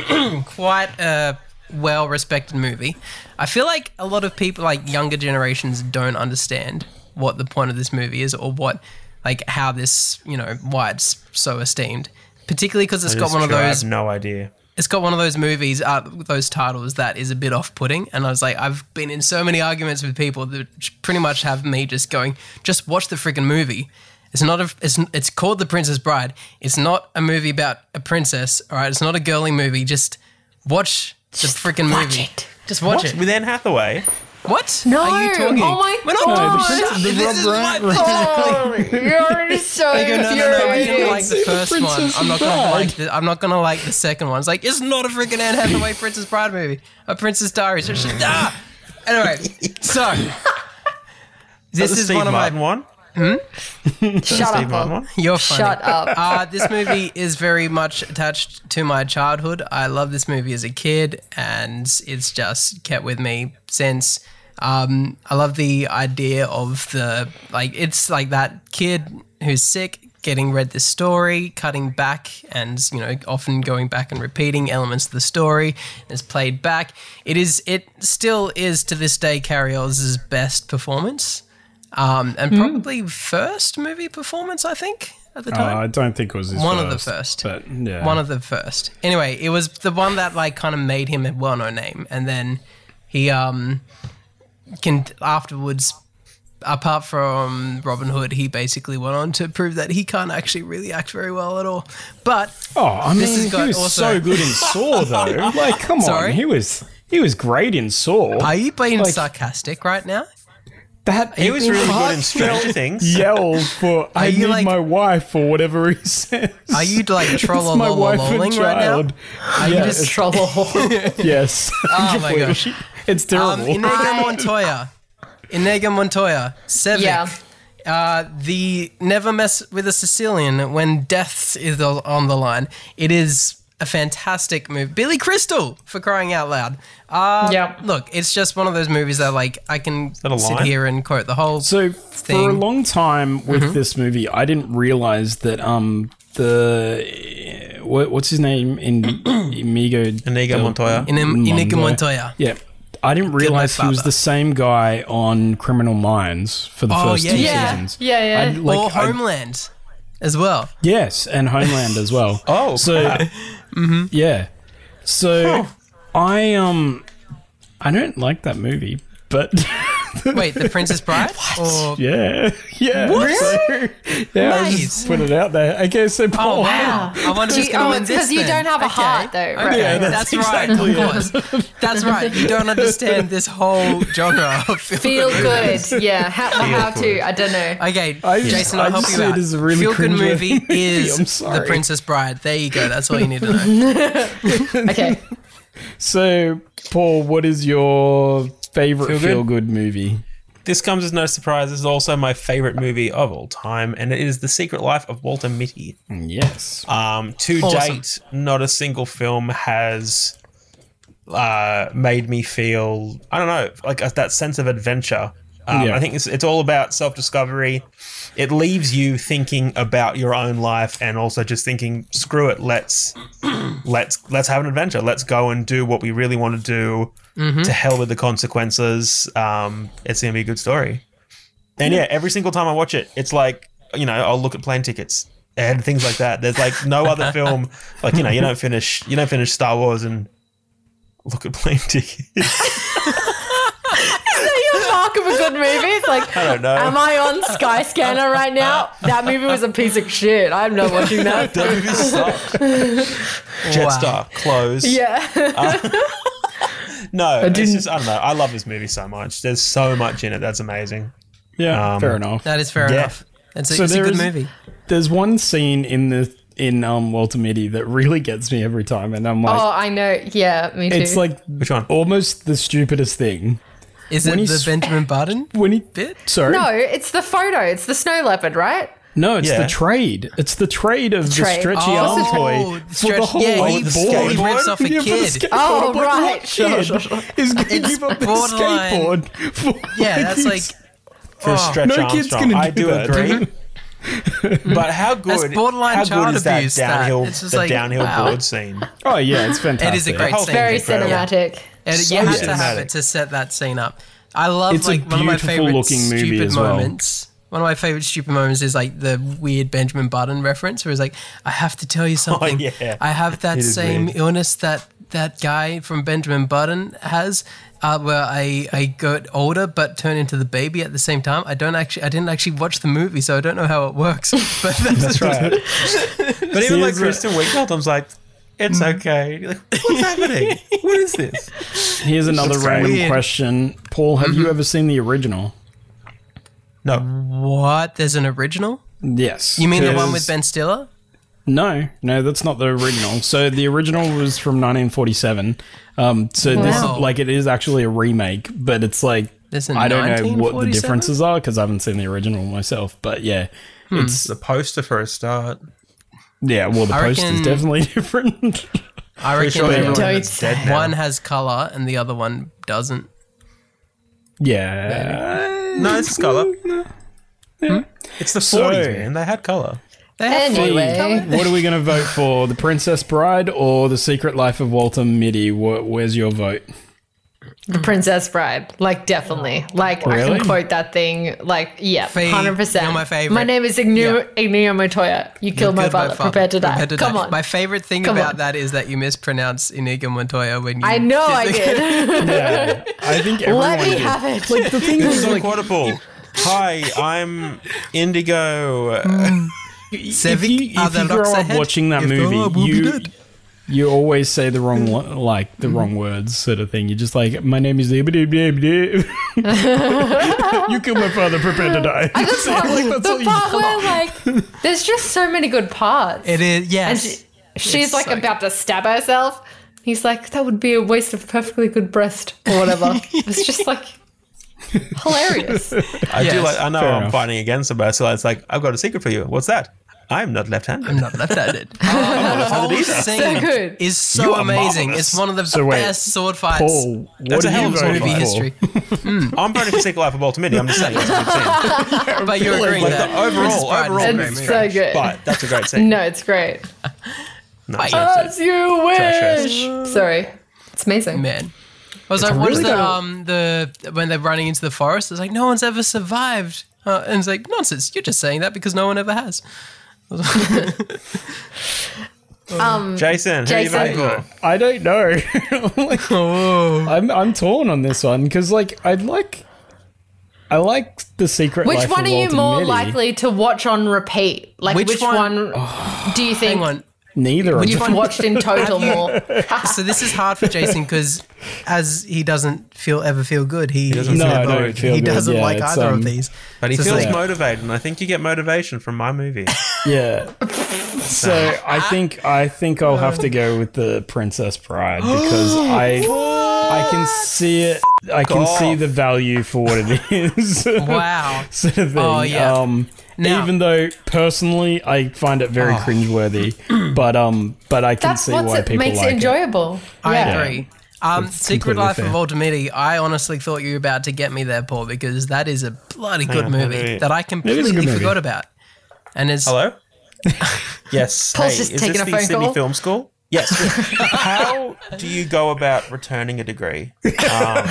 (clears throat) quite a well-respected movie. I feel like a lot of people, like younger generations, don't understand what the point of this movie is or what, like, how this, you know, why it's so esteemed. Particularly because it's got Just one of true, I those have no idea. it's got one of those movies, uh, those titles that is a bit off-putting, and I was like, I've been in so many arguments with people that pretty much have me just going, just watch the freaking movie. It's not a, it's it's called The Princess Bride. It's not a movie about a princess, all right. It's not a girly movie. Just watch the freaking watch movie. it. Just watch What? it. With Anne Hathaway. What? No. Are you talking? Oh my We're not God. talking No, the about- Prince- the This is Rob my- (laughs) (laughs) You're already so I go, no, no, no, I didn't like infuriating. the first one. Princess I'm not gonna Bride. like the, I'm not gonna like the second one. It's like it's not a freaking Anne Hathaway Princess Bride movie. A Princess Diaries. It's just, ah! Anyway, so this This is Steve one of Martin my. one. Shut Steve up, Martin Bob. one. You're funny. Shut up. Uh, this movie is very much attached to my childhood. I love this movie as a kid, and it's just kept with me since. Um, I love the idea of the like. It's like that kid who's sick getting read this story, cutting back, and you know often going back and repeating elements of the story. It's played back. It is. It still is to this day Carrie Oz's best performance. Um, and probably first movie performance, I think, at the Uh, time I don't think it was his one first, of the first. But yeah. One of the first. Anyway, it was the one that like kind of made him a well-known name, and then he um can afterwards. Apart from Robin Hood, he basically went on to prove that he can't actually really act very well at all. But oh, I mean, This has he got was also- so (laughs) good in Saw though. Like, come Sorry? on, he was he was great in Saw. are you being Like- sarcastic right now? that He was (laughs) (laughs) really good in Stranger heartfelt Things. Yell for I you need like- my wife or whatever he says. Are you (laughs) like It's my wife and trollolololling right now? child. Are you just Trouble. Yes. (laughs) (laughs) Oh my gosh. It's (laughs) Um, terrible. Inega Montoya. Inega Montoya. Sevic. Yeah. Uh, the Never Mess with a Sicilian when death is o- on the line. It is a fantastic movie. Billy Crystal, for crying out loud. Uh, Yep. Look, it's just one of those movies that like I can that a sit line? here and quote the whole So for a thing. long time with Mm-hmm. this movie, I didn't realize that um the what, what's his name (clears throat) in Inigo Inigo Montoya. in Inega Montoya. Yeah, I didn't realize he was father. the same guy on Criminal Minds for the Oh, first yeah, two yeah. seasons. Yeah, yeah. I, like, or I- Homeland as well. yes, and Homeland as well. (laughs) Oh, Mm-hmm. so yeah, so I um I don't like that movie, but (laughs) Wait, The Princess Bride? Or yeah, (laughs) yeah. What? So, yeah, I was Nice. just put it out there. Okay, so Oh Paul. wow! I wonder who's You- going oh, to win it's this. 'cause you then. don't have a Okay. heart, though, right? Okay, Yeah, that's, that's right. exactly Of course, that's right. You don't understand this whole genre of film. Feel good. Yeah. How, how to? good. I (laughs) don't know. Okay, I just- Jason, I I'll help just you see it out. as a really Feel good cringe (laughs) movie movie. is I'm The sorry. Princess Bride. There you go. That's all you need to know. Okay. So Paul, what is your favorite Feel feel good? good, movie? This comes as no surprise. This is also my favorite movie of all time, and it is The Secret Life of Walter Mitty. Yes. Um, to Awesome. date, not a single film has uh, made me feel I don't know like a, that sense of adventure Um, Yeah. I think it's, it's all about self discovery. It leaves you thinking about your own life and also just thinking, screw it, let's (clears throat) let's let's have an adventure. Let's go and do what we really want to do. To hell with the consequences. Um, it's gonna be a good story. And yeah, every single time I watch it, it's like you know I'll look at plane tickets and things like that. There's like no other film like you know you don't finish you don't finish Star Wars and look at plane tickets. your mark of a good movie? It's like, I don't know. Am I on Skyscanner right now? That movie was a piece of shit. I'm not (laughs) watching that. that movie sucked. Wow. (laughs) Jetstar closed. (laughs) yeah. No, it's didn't- just I don't know. I love this movie so much. There's so much in it that's amazing. Yeah, Um, fair enough. That is fair Yeah. enough. It's a, So it's a there good is- movie. There's one scene in the in um Walter Mitty that really gets me every time, and I'm like, oh, I know. Yeah, me too. it's like Which one? almost the stupidest thing Is when it he's- the Benjamin (laughs) Button when he. bit? Sorry, no, it's the photo. It's the snow leopard, right? No, it's Yeah. the trade. It's the trade of the, trade. stretchy Oh, arm toy for stretch- the whole yeah, like, he- board. he rips off a Yeah, for the kid. skateboard. Oh, I'm like, right. what kid Shut up. is going to It's give up their borderline- skateboard for (laughs) Yeah, that's like these- For Oh. Stretch No kid's Armstrong. gonna I do do that. agree. but how good? That's borderline how child good is that abuse, that. downhill? It's just the like, downhill wow. board scene. oh yeah, it's fantastic. it is a great whole scene. thing. Very Incredible. cinematic. And So you had to have cinematic. it to set that scene up. I love It's a like one of my beautiful favorite looking movie stupid as well. moments. One of my favorite stupid moments is like the weird Benjamin Button reference, where he's like, "I have to Oh, tell you something. yeah. (laughs) I have that is same weird. illness that that guy from Benjamin Button has, uh, where I I got older but turn into the baby at the same time. I don't actually, I didn't actually watch the movie, so I don't know how it works. (laughs) But that's, That's right. but even like it's a- Kristen Wiig, I'm like, it's Mm. okay. You're like, what's happening? What (laughs) is this? Here's another looks random weird. question, Paul. Have you ever seen the original? No, what? There's an original? Yes. You mean the one There's- with Ben Stiller? No, no, that's not the original. So the original was from 1947. Um, so Wow. this like it is actually a remake, but it's like There's a I don't know what the 1947? differences are because I haven't seen the original myself. But yeah, it's the poster for a start. yeah. Well, the I post is reckon- definitely (laughs) different. I reckon Pretty sure everyone Don't that's dead now. One has color and the other one doesn't. yeah. No, it's color. Hmm? It's the 40s, So- man. They had color. They have fun. Hey, Anyway. what are we going to vote for? The Princess Bride or The Secret Life of Walter Mitty? Wh- Where's your (laughs) vote? The Princess Bride. Like, definitely. Like, I Really? can quote that thing. Like, yeah, Fee, 100%. you're my favorite. My name is Ignu- Ignio Montoya. You killed my Good, father. Prepare to die. Prepare to Come on. My favorite thing Come about on. that is that you mispronounce Inigo Montoya when you. I know I did. Yeah, I think everyone. Let me did. have it. Like, the thing is, It's like quarter pool. Hi, I'm Indigo. if Civic, you, are if the you grow rocks up ahead? watching that If they are, movie, we'll be you dead. you always say the wrong lo- like the wrong words, sort of thing. You're just like, my name is. (laughs) you killed my father. Prepare to die. (laughs) That's what- that's all the you part got. where like there's just so many good parts. It is and yes. she, she's It's like so about to stab herself. He's like, that would be a waste of a perfectly good breast (laughs) or whatever. it's just like hilarious. I do Yes. like. I know Fair I'm enough. fighting against him, but I still, it's like I've got a secret for you. What's that? I'm not left-handed. I'm not (laughs) left-handed. Oh, the whole So scene good. is You so are amazing. marvelous. It's one of the So wait, best sword fights Paul, Oh, what That's a do hell you of a vote movie for? movie (laughs) history. I'm voting for Secret Life of Walter Mitty. I'm just saying. That's a good (laughs) scene. But you're agreeing Like that the overall, overall, Princess Bride is a movie It's great so movie. good. but that's a great scene. No, it's great. No, it's not. As you wish. Sorry, it's amazing. man. I was like, what is really the good- um the when they're running into the forest? It's like no one's ever survived, uh, and it's like nonsense. You're just saying that because no one ever has. Jason, who are you Jason. voting for? I don't know. (laughs) Like, Oh. I'm I'm torn on this one because like I like I like the secret. Which Life of one are you Walter more Mitty. likely to watch on repeat? Like Which which, one- Oh. one, do you think Hang on. Neither. of you've them. watched in (laughs) total more? So this is hard for Jason because as he doesn't feel ever feel good, he he's No, I not- don't feel he good, doesn't yeah, like it's, either um, of these. But he So it's feels like- motivated, and I think you get motivation from my movie. (laughs) Yeah. So I think I think I'll have to go with the Princess Bride (gasps) because I I can see it. I can Off. see the value for what it (laughs) is. Wow. (laughs) sort of thing. Oh, yeah. Um, Now- Oh. even though personally I find it very (clears throat) cringeworthy, but um, but I can That's see what why people makes like it enjoyable. I yeah. agree. Um, Secret completely Life fair. of Walter Mitty. I honestly thought you were about to get me there, Paul, because that is a bloody good on, movie maybe- that I completely movie. forgot about. And it's Hello? (laughs) yes. Paul's hey, just is taking this a the phone Sydney call. Film School? Yes. (laughs) How do you go about returning a degree? Um,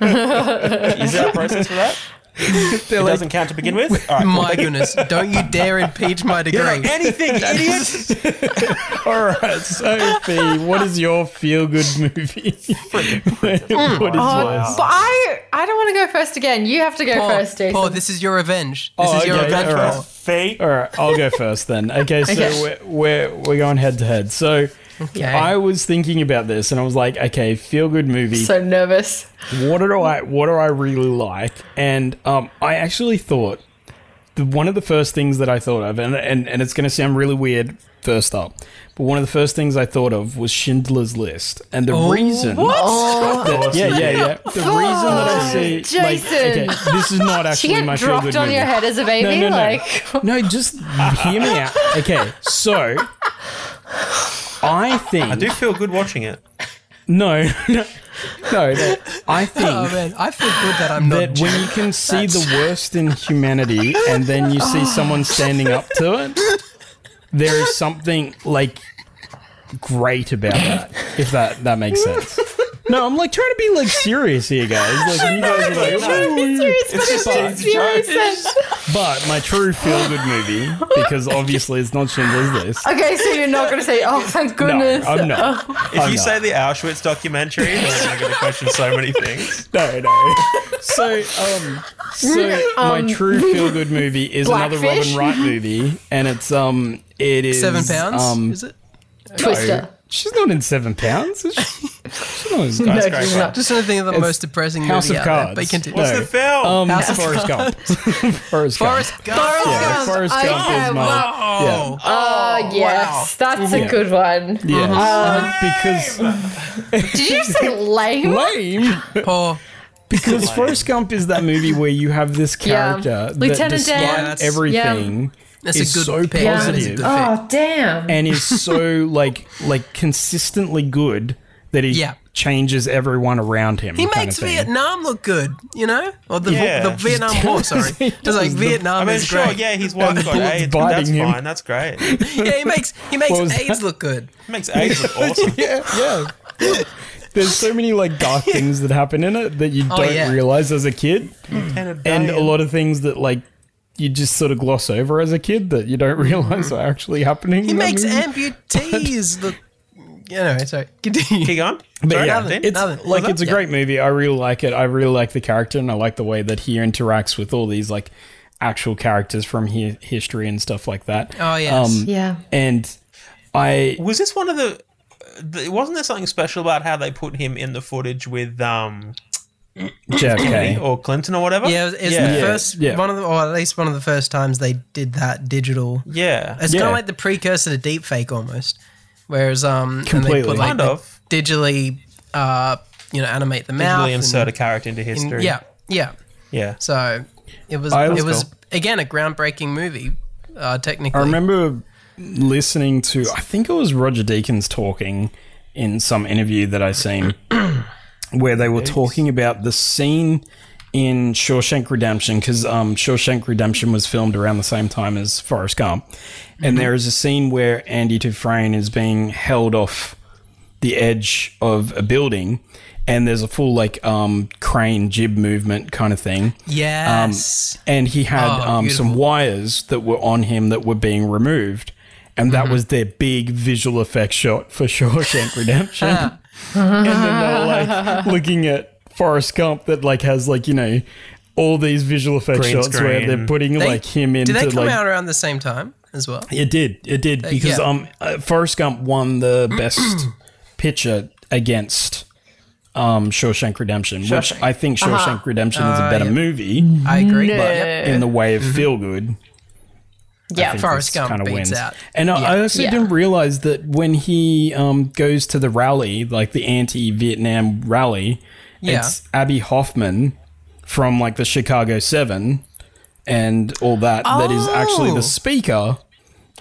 is there a process for that? It doesn't count to begin with. All right, (laughs) my goodness, don't you dare impeach my degree. Anything, idiot! All (laughs) right, Sophie, what is your feel good movie? (laughs) what is yours? Oh, but I, I don't want to go first again. You have to go Paul, first, Jason. Paul, this is your revenge. This Oh, is your okay, revenge. all right. Paul. Fate. All right, I'll go first then. Okay, so Okay. We're, we're we're going head to head. So Okay. I was thinking about this, and I was like, okay, feel good movie. so nervous. what do I what do I really like? And um, I actually thought the, one of the first things that I thought of, and and, and it's going to sound really weird first up, but one of the first things I thought of was Schindler's List, and Oh, the reason. Oh. that- yeah, yeah, yeah. The reason that I see, like, okay, Oh, Jason. this is not She actually my get feel dropped good on movie. your head as a baby, No, no, no. (laughs) like No, just hear me out. Okay, so I think I do feel good watching it. no, (laughs) no, no. no, I think Oh man, I feel good that I'm not. that when you can see the worst in humanity and then you Oh. see someone standing up to it, there is something like great about that. If that that makes sense. No, I'm like trying to be like serious here, guys. Like you guys are like, "Oh, It's serious, but just it a makes joke. zero It's sense. but my true feel good movie because obviously it's not Schindler's List. Okay, so you're not gonna say, "Oh, thank No, goodness." I'm not. Oh. If I'm you not. say the Auschwitz documentary, then I'm going to question so (laughs) many things. No, (laughs) no. So, um, so Um. my true feel good movie is another Blackfish? Robin Wright movie, and it's um, it is Seven pounds? Um, is it? (laughs) Twister. she's not in seven pounds. Is she? She's not (laughs) in No, great she's one. not. Just trying to think of the most depressing House movie of out there. Cards. But continue. No. What's the film? um, House of Forrest Gump. (laughs) Forrest Gump. Forrest Gump. Yeah, Gump. Forrest I Gump is have- my Oh, Oh, yes, that's a (laughs) good one. yeah Uh, because Did you just say lame? lame Paul. because Forrest Gump is that movie where you have this Yeah. character that Lieutenant despite Dan. Yeah, that's- everything That's is a good so pick. That is positive. a good pick. Oh, damn. and (laughs) is so like like consistently good that he Yeah. changes everyone around him. He makes Vietnam look good, you know? Or the, Yeah. the Vietnam War, sorry. (laughs) He It's like does the- I Vietnam mean, is sure, great. yeah, he's one got bullets AIDS, but biting that's him. fine. That's great. (laughs) It yeah. he makes he makes was AIDS that? look good. (laughs) makes AIDS look awesome. Yeah, yeah. (laughs) There's so many like dark things that happen in it that you Oh, don't yeah. Oh, realize as a kid, And, and a lot of things that like you just sort of gloss over as a kid that you don't (laughs) realize are actually happening. He makes movie. amputees look Anyway, sorry. Continue. Keep going. But Sorry, yeah, Dean? it's nothing. like Was it's a it? great movie. I really like it. I really like the character, and I like the way that he interacts with all these like actual characters from hi- history and stuff like that. Um, Oh, yes. Yeah. and I was this one of the th- wasn't there something special about how they put him in the footage with um JFK. or Clinton or whatever? Yeah, it was, it was yeah. the first yeah. one of the, or at least one of the first times they did that digital. Yeah. It's kind Yeah. of like the precursor to deepfake almost. Whereas um, and they Completely. put like Kind the of. digitally, uh, you know, animate the mouth. Really insert and- a character into history. Yeah, yeah. yeah. So it was I was it was cool. again a groundbreaking movie. Uh, technically, I remember listening to I think it was Roger Deakins talking in some interview that I seen where they were talking about the scene in Shawshank Redemption because um, Shawshank Redemption was filmed around the same time as Forrest Gump, and there is a scene where Andy Dufresne is being held off the edge of a building, and there's a full like um, crane jib movement kind of thing. yes, and he had Oh, um, some wires that were on him that were being removed, and that Mm-hmm. was their big visual effect shot for (laughs) Shawshank (laughs) Redemption. and then they're like looking at Forrest Gump that like has like you know all these visual effect Green shots where screen. they're putting They- like him into Did they come like out around the same time as well? it did it did because yeah. um uh, Forrest Gump won (clears throat) the best picture against. Um, Shawshank Redemption, which I think Uh-huh. Shawshank Redemption Uh, is a better movie I agree. But Yeah. in the way Mm-hmm. of feel good. yeah. Forrest kind Gump of beats wins. out. And I, I also Yeah. didn't realize that when he um, goes to the rally, like the anti-Vietnam rally, Yeah. it's Abby Hoffman from like the Chicago Seven and all that that is actually Oh. the speaker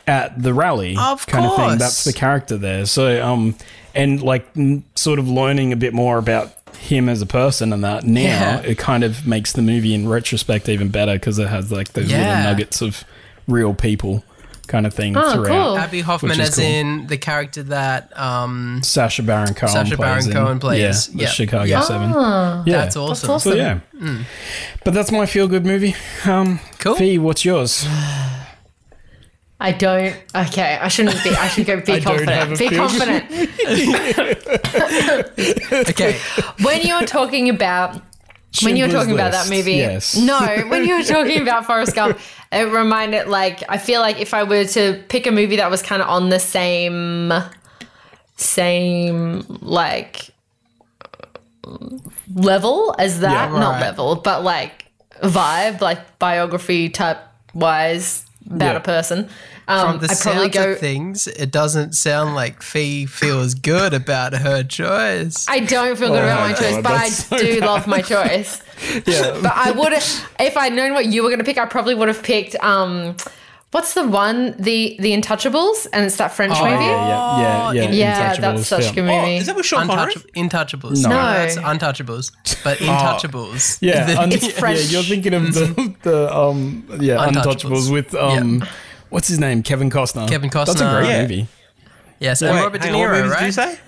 at the rally Of kind of thing. course. That's the character there. So um and like n- sort of learning a bit more about him as a person and that now Yeah. it kind of makes the movie in retrospect even better because it has like those Yeah. little nuggets of real people kind of thing Oh, throughout. cool. Abby Hoffman Which is as cool. in the character that um Sasha Baron Cohen Sacha plays Baron in- Cohen plays. yeah, the Yeah. Chicago Yeah. Seven. Ah, yeah, that's awesome. Hmm. awesome. So yeah, but that's my feel good movie. Um, Cool. Fee, what's yours? I don't. Okay, I shouldn't be. I should (laughs) go I be don't have a confident. Be feeling. confident. (laughs) (laughs) Okay. When you're talking about when you were Schindler's talking about that List. movie, Yes. (laughs) no, when you were talking about Forrest Gump, it reminded like I feel like if I were to pick a movie that was kind of on the same, same like level as that, Yeah, not right. level, but like vibe, like biography type wise about Yeah. a person. Um, From the I'd probably sounds go. of things, it doesn't sound like Fee feels good about her choice. I don't feel good about my my choice, God, but I Oh, that's so do (laughs) love my choice. But I would have, if I'd known what you were going to pick, I probably would have picked, um, what's the one, the the Untouchables, and it's that French movie. Yeah, Yeah, yeah, yeah. that's Intouchables, such yeah. a good Oh, movie. is that with Sean Connery? Untouchable, Intouchables. No. No. that's Untouchables, but (laughs) Intouchables. Yeah, The- un- It's French. Yeah, you're thinking of the, the um yeah Untouchables. Untouchables, with um what's his name Kevin Costner. Kevin That's a Costner. great Yeah. movie. yes, and Wait, Robert De hang on, what Niro, movies did you right? say?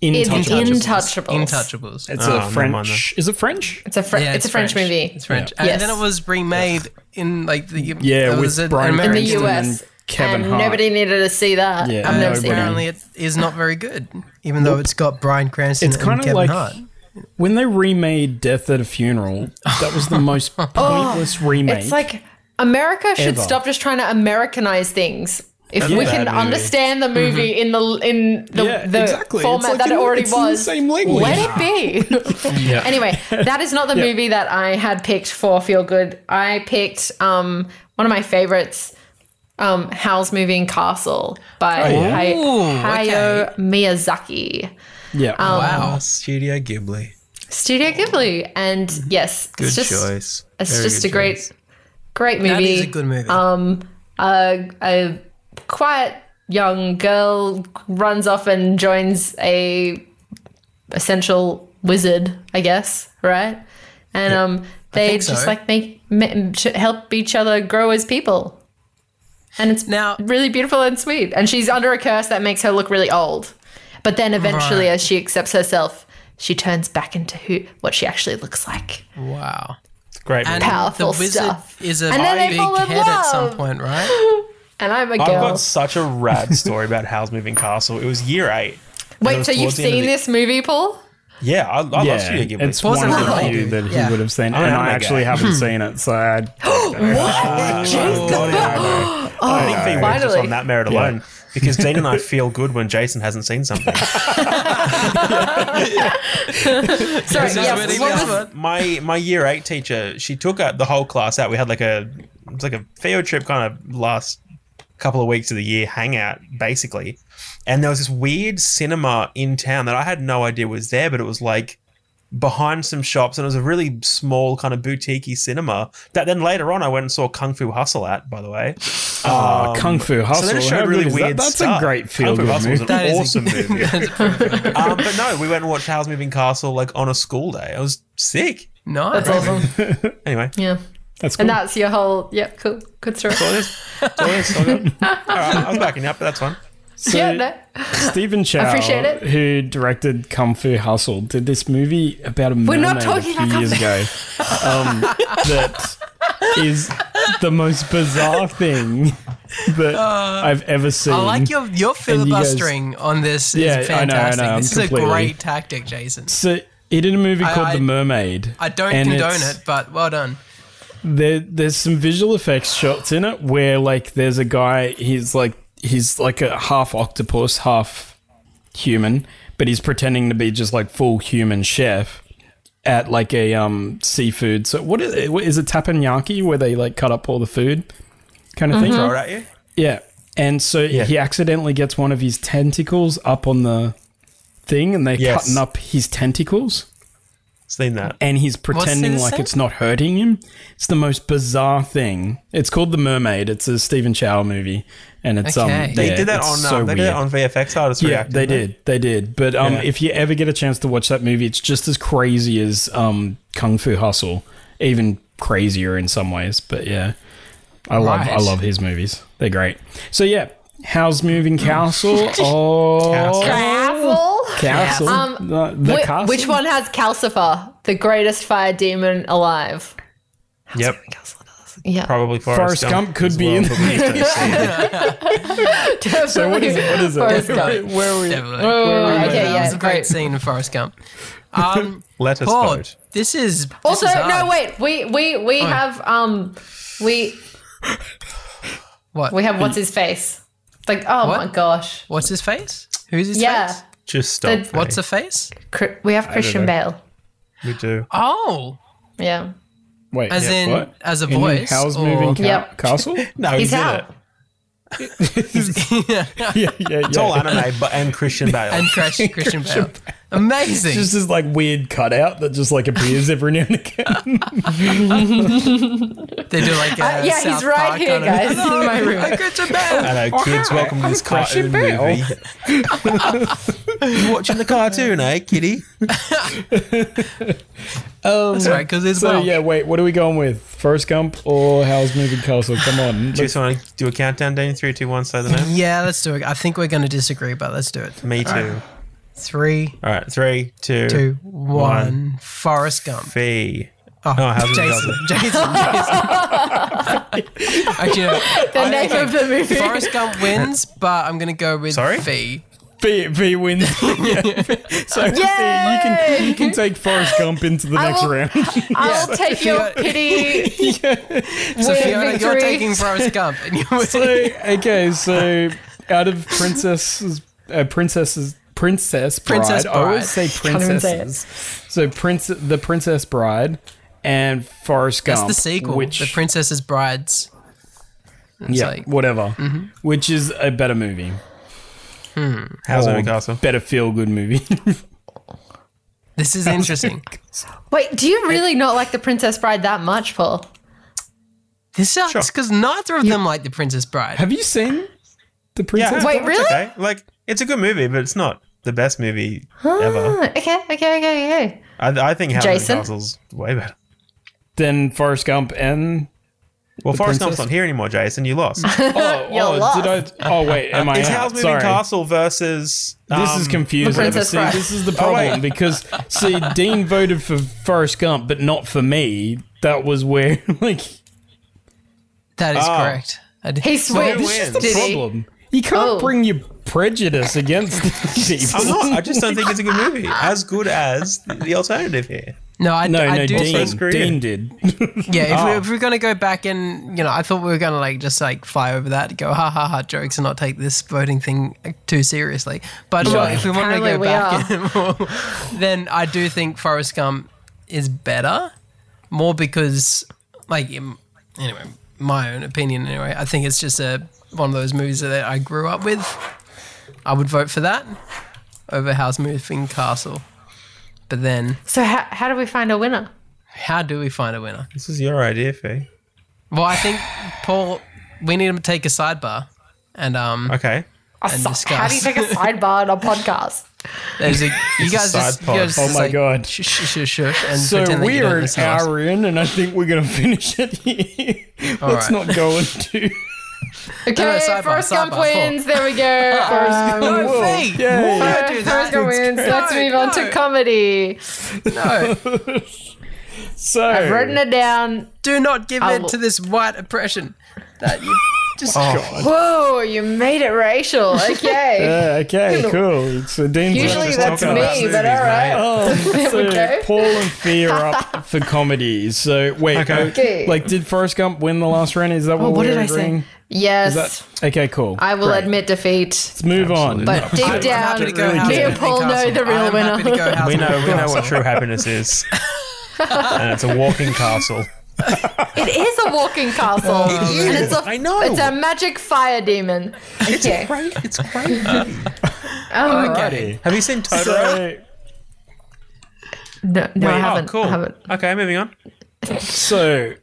It's Intouchables. Intouchables. Intouchables. It's Oh, never a mind French. Is it French? It's a French. Yeah, it's, a French, movie. It's French. Yeah. And Yes. then it was remade in like the Yeah, it with was an Bryan in the Cranston American- US. and Kevin and Hart. nobody needed to see that. Yeah, I've never nobody. seen it. Apparently, it is not very good, even though it's got Brian Cranston It's and kind of Kevin like Hart. when they remade Death at a Funeral. That was (laughs) the most Oh. pointless remake. It's like America should Ever. stop just trying to Americanize things. If a we can bad movie. Mm-hmm. understand the movie in the in the, Yeah, the exactly. It's format like that in- it already it's in the was, same language. let it be. (laughs) Anyway, that is not the movie that I had picked for Feel Good. I picked um, one of my favorites, um, Howl's Moving Castle by Oh, yeah. Hay- Ooh, Hayao Miyazaki. yeah, Wow. Studio Ghibli. Studio Ghibli, and yes, Good it's just choice. it's Very just good a great, choice. great movie. Um, That is a good movie. a, a quiet young girl runs off and joins a essential wizard, I guess, right? And um, they think so. just like make ma- ch- help each other grow as people, and it's Now- really beautiful and sweet. And she's under a curse that makes her look really old, but then eventually, Right. as she accepts herself, she turns back into who what she actually looks like. wow. Great. And movie. Powerful the wizard stuff. is a And then they big fall in head at some love. point, (laughs) right? And I'm a I've girl. got such (laughs) a rad story about Howl's Moving Castle. It was year eight. and it Wait, was so you've uh, towards the end of seen the- this movie, Paul? Yeah, I, I yeah. love Studio Ghibli. It's one Wasn't of the it? few that Yeah. he would have seen, an and I anime actually guy. haven't seen it, so I. I think Fee wins just finally. on that merit alone because (laughs) Dean and I feel good when Jason hasn't seen something. Sorry, that's yeah, where they what got was- it. my my year eight teacher, she took out the whole class out. We had like a it was like a field trip kind of last couple of weeks of the year hangout basically, and there was this weird cinema in town that I had no idea was there, but it was like behind some shops and it was a really small kind of boutiquey cinema that then later on I went and saw Kung Fu Hustle at by the way. Oh, Kung Fu Hustle. Um, So they how showed good really is that? weird That's stuff. a great feel good Kung Fu Hustle was movie. an That is a- awesome movie. (laughs) um, but no, we went and watched Howl's Moving Castle like on a school day. It was sick. No, That's awesome. Anyway, Yeah. That's cool. And that's your whole, yep, cool, good story. all this, all this, (laughs) all good. All right, I was backing up, but that's fine. So- yeah, no. Stephen Chow, Appreciate it. who directed Kung Fu Hustle, did this movie about a We're mermaid not talking a about few Kung years Fu. ago. Um, that is the most bizarre thing that I've ever seen. Uh, I like your your you guys- filibustering on this. Yeah, I know, I is fantastic. know, This completely. is a great tactic, Jason. So he did a movie called I- The Mermaid. I don't and condone it's- it, but well done. There, there's some visual effects shots in it where like there's a guy. He's like he's like a half octopus, half human, but he's pretending to be just like full human chef at like a um seafood. So what is it? What- Is it tapenaki where they like cut up all the food kind of thing? Throw it at you. Yeah. And so he accidentally gets one of his tentacles up on the thing, and they're Yes. cutting up his tentacles. Seen that. and he's pretending this like say? it's not hurting him. It's the most bizarre thing. It's called The Mermaid. It's a Stephen Chow movie, and it's Okay. um They yeah, did that it's on um, so they did weird. that on VFX artists. yeah, React, they didn't did. They did. But um, Yeah. if you ever get a chance to watch that movie, it's just as crazy as um, Kung Fu Hustle, even crazier in some ways. But yeah, I love I Right. love his movies. They're great. So yeah, How's Moving Castle? Oh, Castle. Castle. Um, the the Wh- castle. Which one has Calcifer, the greatest fire demon alive? Yep. Yeah. Probably Forrest Forrest, Gump could as be well, in but we (laughs) just don't see it. So what is it? (laughs) What is it? Forrest Gump. Definitely. Where are we? Definitely. Oh, Oh, okay, That yeah, was a great great. scene in (laughs) Forrest Gump. Um, Let us Paul, vote. this is this Also, is no, hard. wait. We we we have um we What? we have what's his face? It's like oh What? my gosh. What's his face? Who's his Yeah. face? Just stop. The- me. What's the face? Cr- We have Christian Bale. we do? Oh, Yeah. Wait, as in what? as a In voice. How's or- Moving Ca- Yep. Castle? (laughs) No, he's, He's in out. it. yeah, yeah, It's all yeah. anime, but and Christian Bale. and Crash, Christian Bale. Amazing. It's just this like weird cutout that just like appears every now and again. they do like a yeah, he's South right Park here, on it. guys, Hello, (laughs) in my room. I'm Christian Bale. Hello, uh, kids. Welcome to this cartoon movie. (laughs) you watching the cartoon, eh, kitty? That's right, because it's so well. yeah, wait, what are we going with? Forrest Gump or Howl's Moving Castle? Come on. Do you just want to do a countdown, Danny? Three, two, one. Say the (laughs) name. Yeah, let's do it. I think we're going to disagree, but let's do it. Me too. Three, All right, three, two, two, one. Forrest Gump. Fee. Oh, No, how's it Jason, done? Jason, Jason. Actually, no, The name of the movie. Forrest Gump wins, but I'm gonna go with Sorry? Fee. V, v wins. Yeah. (laughs) So see, you can you can take Forrest Gump into the I next will- round. I'll take your (laughs) pity. So Win Fiona, you're victory. taking Forrest Gump, and you So okay, so out of princesses, uh, princesses, princess bride. Princess I always say Bride. Can't even say it. princesses. So prince, the Princess Bride, and Forrest Gump. that's the sequel, Which The Princess's Brides. It's yeah, like- mm-hmm. whatever. Which is a better movie, How's Or Moving Castle? better feel good movie. (laughs) This is interesting. Wait, do you really not like the Princess Bride that much, Paul? This sucks because neither of them like the Princess Bride. Have you seen the Yeah. Princess? Wait, it's really? Okay. Like, it's a good movie, but it's not the best movie ever. Ah, okay, okay, okay, okay. I, I think How's Jason? Moving Castle's way better. Then Forrest Gump (laughs) and Well, Forrest Gump's princess- not here anymore, Jason. You (laughs) lost. it's oh, oh did I? Oh wait, am I? out? How's Moving Sorry. Castle versus. This is um, confusing. Princess See, Bride. this is the Oh, wait. problem because see, Dean voted for Forrest Gump, but not for me. That was where (laughs) like That is Oh. correct. I did- He switched. wins? This is the did he? problem. You can't Oh. bring your prejudice (laughs) against these people. I'm not. I just don't think it's a good (laughs) movie. As good as the alternative here. No, I, (laughs) No, I no, do Dean, Oh, think screw Dean (laughs) you. did. Yeah, if, we, if we're gonna go back and you know, I thought we were gonna like just like fly over that, go ha ha ha jokes, and not take this voting thing too seriously. But sure, if we want to Apparently go we back, and- then I do think Forrest Gump is better, more because like in- anyway, my own opinion anyway. I think it's just a one of those movies that I grew up with. I would vote for that over House Moving Castle. But then, So how, how do we find a winner? how do we find a winner? This is your idea, Fee. Well, I think Paul, we need to take a sidebar, and um, Okay. A And si- how do you discuss. (laughs) take a sidebar on a podcast? there's a you guys side just, you pod. guys Oh just my like, God. shush shush shush, and So pretend that you don't we're an listen to us. hour in, and I think we're going to (laughs) finish it here. Let's right. not go into. Okay, sidebar, Forrest Gump sidebar, Paul. wins. There (laughs) we go. Um, No, Whoa, wait, yay. why uh, do Forrest Gump that? wins. Let's No, move on no. to No, comedy. (laughs) So I've written it down. do not give I'll- in to this white oppression that you Oh. just. Whoa, you made it racial. (laughs) Okay. Yeah, uh, (laughs) okay, cool. So Dean's Usually Just that's me, talking about but movies, all right. (laughs) Oh, we so go. Paul and Fee are (laughs) up for comedy. So wait, Okay. uh, Okay. Oh, like did Forrest Gump win the last round? Is that what, what we're did I say? agreeing? Yes, Is that okay? Cool. I will Great. admit defeat, Let's move on. but deep I'm down, happy to go. Really House me did. Moving and Paul know Castle. the real I'm happy to winner. go House We know. Moving We know what Castle. true happiness (laughs) is. and it's a walking castle. It is a walking castle. and it's a, I know. It's a magic fire demon. Okay. Great. It's great. Um, Okay. Have you seen Totoro? So, No, no, I Wait, haven't. Oh, cool. I haven't. Okay, moving on. So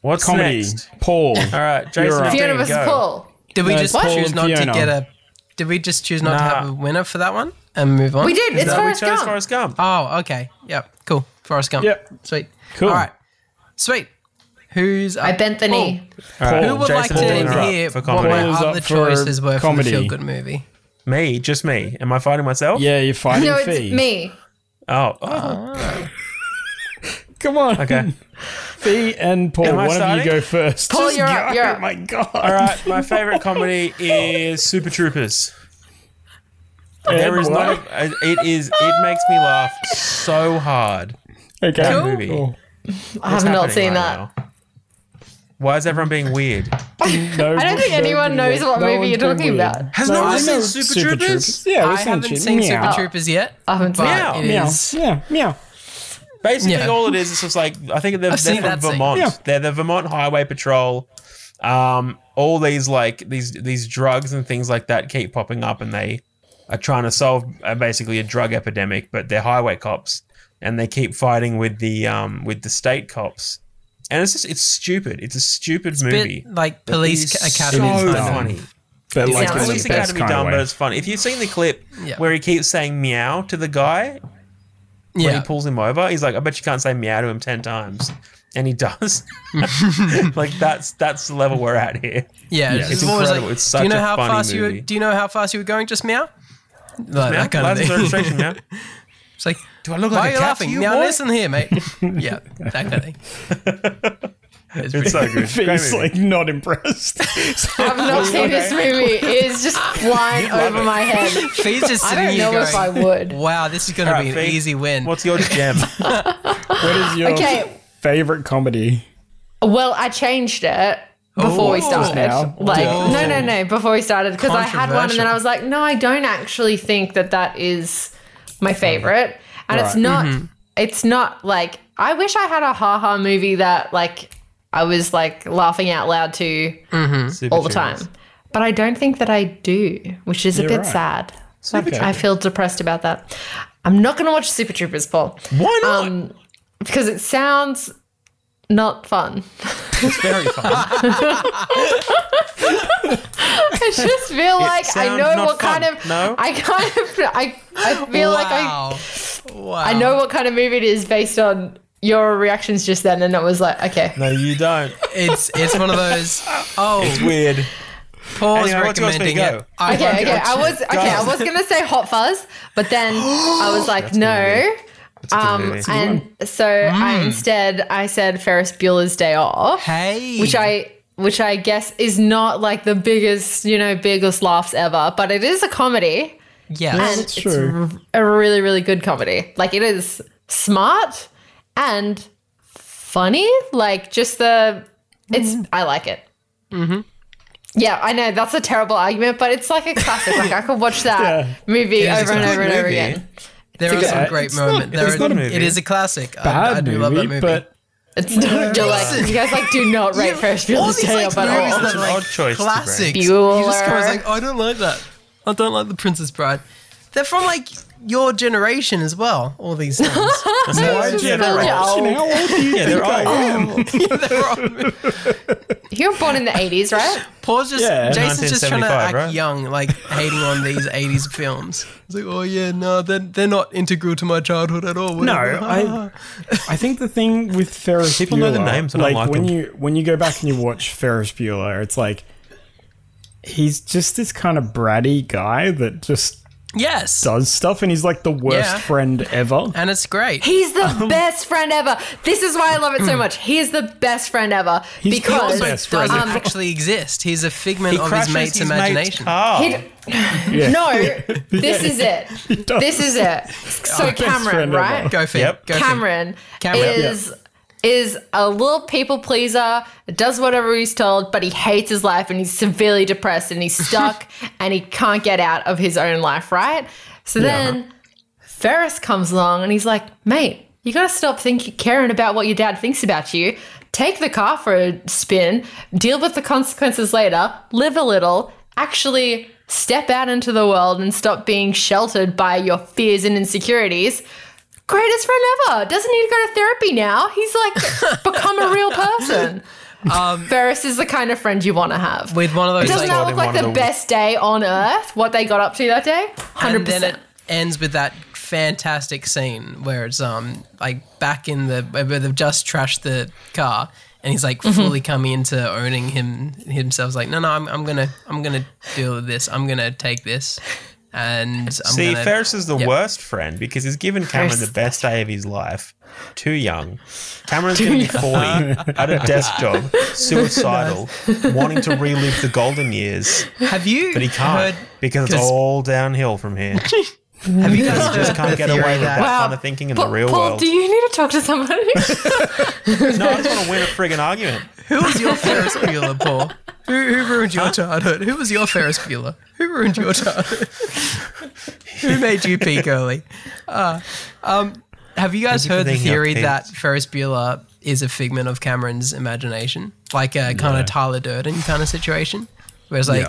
What's comedy, next? Paul. All right, Jason. You're and up. Fiona Dean, versus Oh, go. Paul. Did we No, just it's Paul choose and not to Fiona. get a? Did we just choose not to have Nah. a winner for that one and move on? We did. It's No, we Forrest chose Gump. Forrest Gump. Oh, okay. Yep. Cool. Forrest Gump. Yep. Sweet. Cool. All right. Sweet. Who's up? I bent the Oh, knee. Paul. Who would Jason like Paul's to up hear for what comedy. my Paul's other up for choices were comedy. for the Feel Good movie? Me, just me. Am I fighting myself? Yeah, you're fighting No, it's Fee. me. Oh, oh, Come on. okay. (laughs) Fee and Paul. Am One I of starting? you go first. Paul, Just you're go. up, (laughs) you're up. my God. All right. My favorite comedy is Super Troopers. There is not. A, it is. It makes me laugh so hard. okay. that movie. Cool. I What's have not happening seen right that. now? Why is everyone being weird? No, I don't think anyone knows what movie one's you're been talking weird. about. Has I no one seen know Super, Troopers? Yeah, we've I haven't seen Meow. Super Troopers yet. I haven't seen Meow. it. It Meow. is- Yeah, meow. Basically, Yeah. all it is is just like I think they're, they're seen from that scene. Vermont. Yeah. They're the Vermont Highway Patrol. Um, all these like these these drugs and things like that keep popping up, and they are trying to solve uh, basically a drug epidemic. But they're highway cops, and they keep fighting with the um with the state cops. And it's just it's stupid. It's a stupid movie. Bit like Police It's Academy. so kind of. funny. But like, in sounds like the Police best Academy kind of dumb, but way. it's funny. If you've seen the clip Yeah. where he keeps saying meow to the guy when Yeah. he pulls him over, he's like, "I bet you can't say meow to him ten times," and he (laughs) does. like that's that's the level we're at here. Yeah, Yes. It's what was incredible. it? It's do such you know a how funny fast you were, movie. do you know how fast you were going? Just meow. Like Meow? that kind of License thing. registration meow. (laughs) it's like, Do I look why like are a you cat laughing? to you, now boy? listen here, (laughs) mate. yeah, that kind of thing. It's pretty- (laughs) It's so good. Great (laughs) Fee's movie. like not impressed. (laughs) I've (laughs) not seen this movie. It is just flying over my (laughs) head. Fee's just I sitting don't here know going, if I would. wow, this is going to All be right, an Fee, easy win. What's (laughs) your gem? what is your Okay. favorite comedy? Well, I changed it before we Oh. started. Now? Like, Oh. no, no, no, before we started because I had one and then I was like, no, I don't actually think that that is my favorite, and it's Right. Mm-hmm. not. It's not like I wish I had a haha movie that like I was like laughing out loud to Super all the time, Troopers. but I don't think that I do, which is a bit right. sad. I feel depressed about that. I'm not going to watch Super Troopers, Paul, Mm-hmm. Why not? um, because it sounds not fun. it's (laughs) very fun. I just feel like I sounds know not what fun, kind of no? I kind of I, I feel like I wow. wow. I know what kind of movie it is based on your reactions just then, and it was like, okay, no, you don't. It's, it's one of (laughs) those, oh, Weird. Paul's Anyway, what's yours, Fee? recommending Go. it. I okay, won't okay. watch I it. was okay. I was gonna say Hot Fuzz, (gasps) but then I was like, no. a good Um, movie. Mm. and so I instead I said Ferris Bueller's Day Off, Mm. Hey. which I which I guess is not like the biggest you know biggest laughs ever, but it is a comedy. Yes. and it's true. r- a really really good comedy like it is smart and funny like just the it's i like it mm-hmm. yeah i know that's a terrible argument but it's like a classic like i could watch that Yeah. movie is a over and good over and over movie. again There are It's a some good- great It's not- moments. There it's are- not a movie. It is a classic. I- Bad I, do movie, love that movie. but it's not you're like you guys like do not rate Ferris Bueller's Day Off at movies all that- It's an odd choice to classics. bring. You just go, Bueller. like, I don't like that. I don't like the Princess Bride. They're from like your generation as well. All these (laughs) things. My just felt generation. old. How old do you Yeah, think they're I old. am? They're all- you were born in the 80s right Paul's just Yeah. Jason's just trying to 1975, act right? young, like hating on these '80s (laughs) films. It's like, oh yeah, no, they're, they're not integral to my childhood at all. No, whatever. (laughs) I, I think the thing with Ferris People Bueller, know the names, I don't like, like when them. you when you go back and you watch Ferris Bueller, it's like he's just this kind of bratty guy that just yes, does stuff, and he's like the worst Yeah. friend ever. and it's great. He's the best friend ever. This is why I love it so much. He is the best friend ever the because um, best also Yes, doesn't right. actually exist. He's a figment He of crashes his mate's imagination. car. He d- (laughs) no, this is it. does. This (laughs) is it. So Cameron, friend right? go for Yep. Go Finn. Cameron, Cameron. is is a little people pleaser. Does whatever he's told, but he hates his life and he's severely depressed and he's (laughs) stuck and he can't get out of his own life, right? So then Ferris comes along and he's like, "Mate, you got to stop thinking caring about what your dad thinks about you." Take the car for a spin, deal with the consequences later, live a little, actually step out into the world and stop being sheltered by your fears and insecurities greatest friend ever. Doesn't need to go to therapy now. (laughs) He's like become a real person. Ferris is the kind of friend you want to have. Um, with one of those like, Doesn't that Told look him like one of the the- best day on earth? What they got up to that day? Hundred and then it percent. ends with that fantastic scene where it's um like back in the where they've just trashed the car and he's like fully coming into owning him himself He's like no no I'm, I'm gonna i'm gonna deal with this i'm gonna take this and i'm See, gonna Ferris is the Yep. worst friend because he's given Cameron Ferris- the best day of his life. Too young. Cameron's going to be 40, at a desk job, suicidal, wanting to relive the golden years, have you but he can't heard because it's 'cause- all downhill from here. have you guys He (laughs) just can't get away with that Wow. kind of thinking in Paul, the real Paul, world. do you need to talk to somebody? no, I just want to win a friggin' argument. who was your Ferris Bueller Paul who, who ruined your childhood who was your Ferris Bueller who ruined your childhood who made you peak early Ah, um, Have you guys Thank you for heard the thinking of theory things. that Ferris Bueller is a figment of Cameron's imagination? Like a kind of Tyler Durden kind of situation? Whereas, like,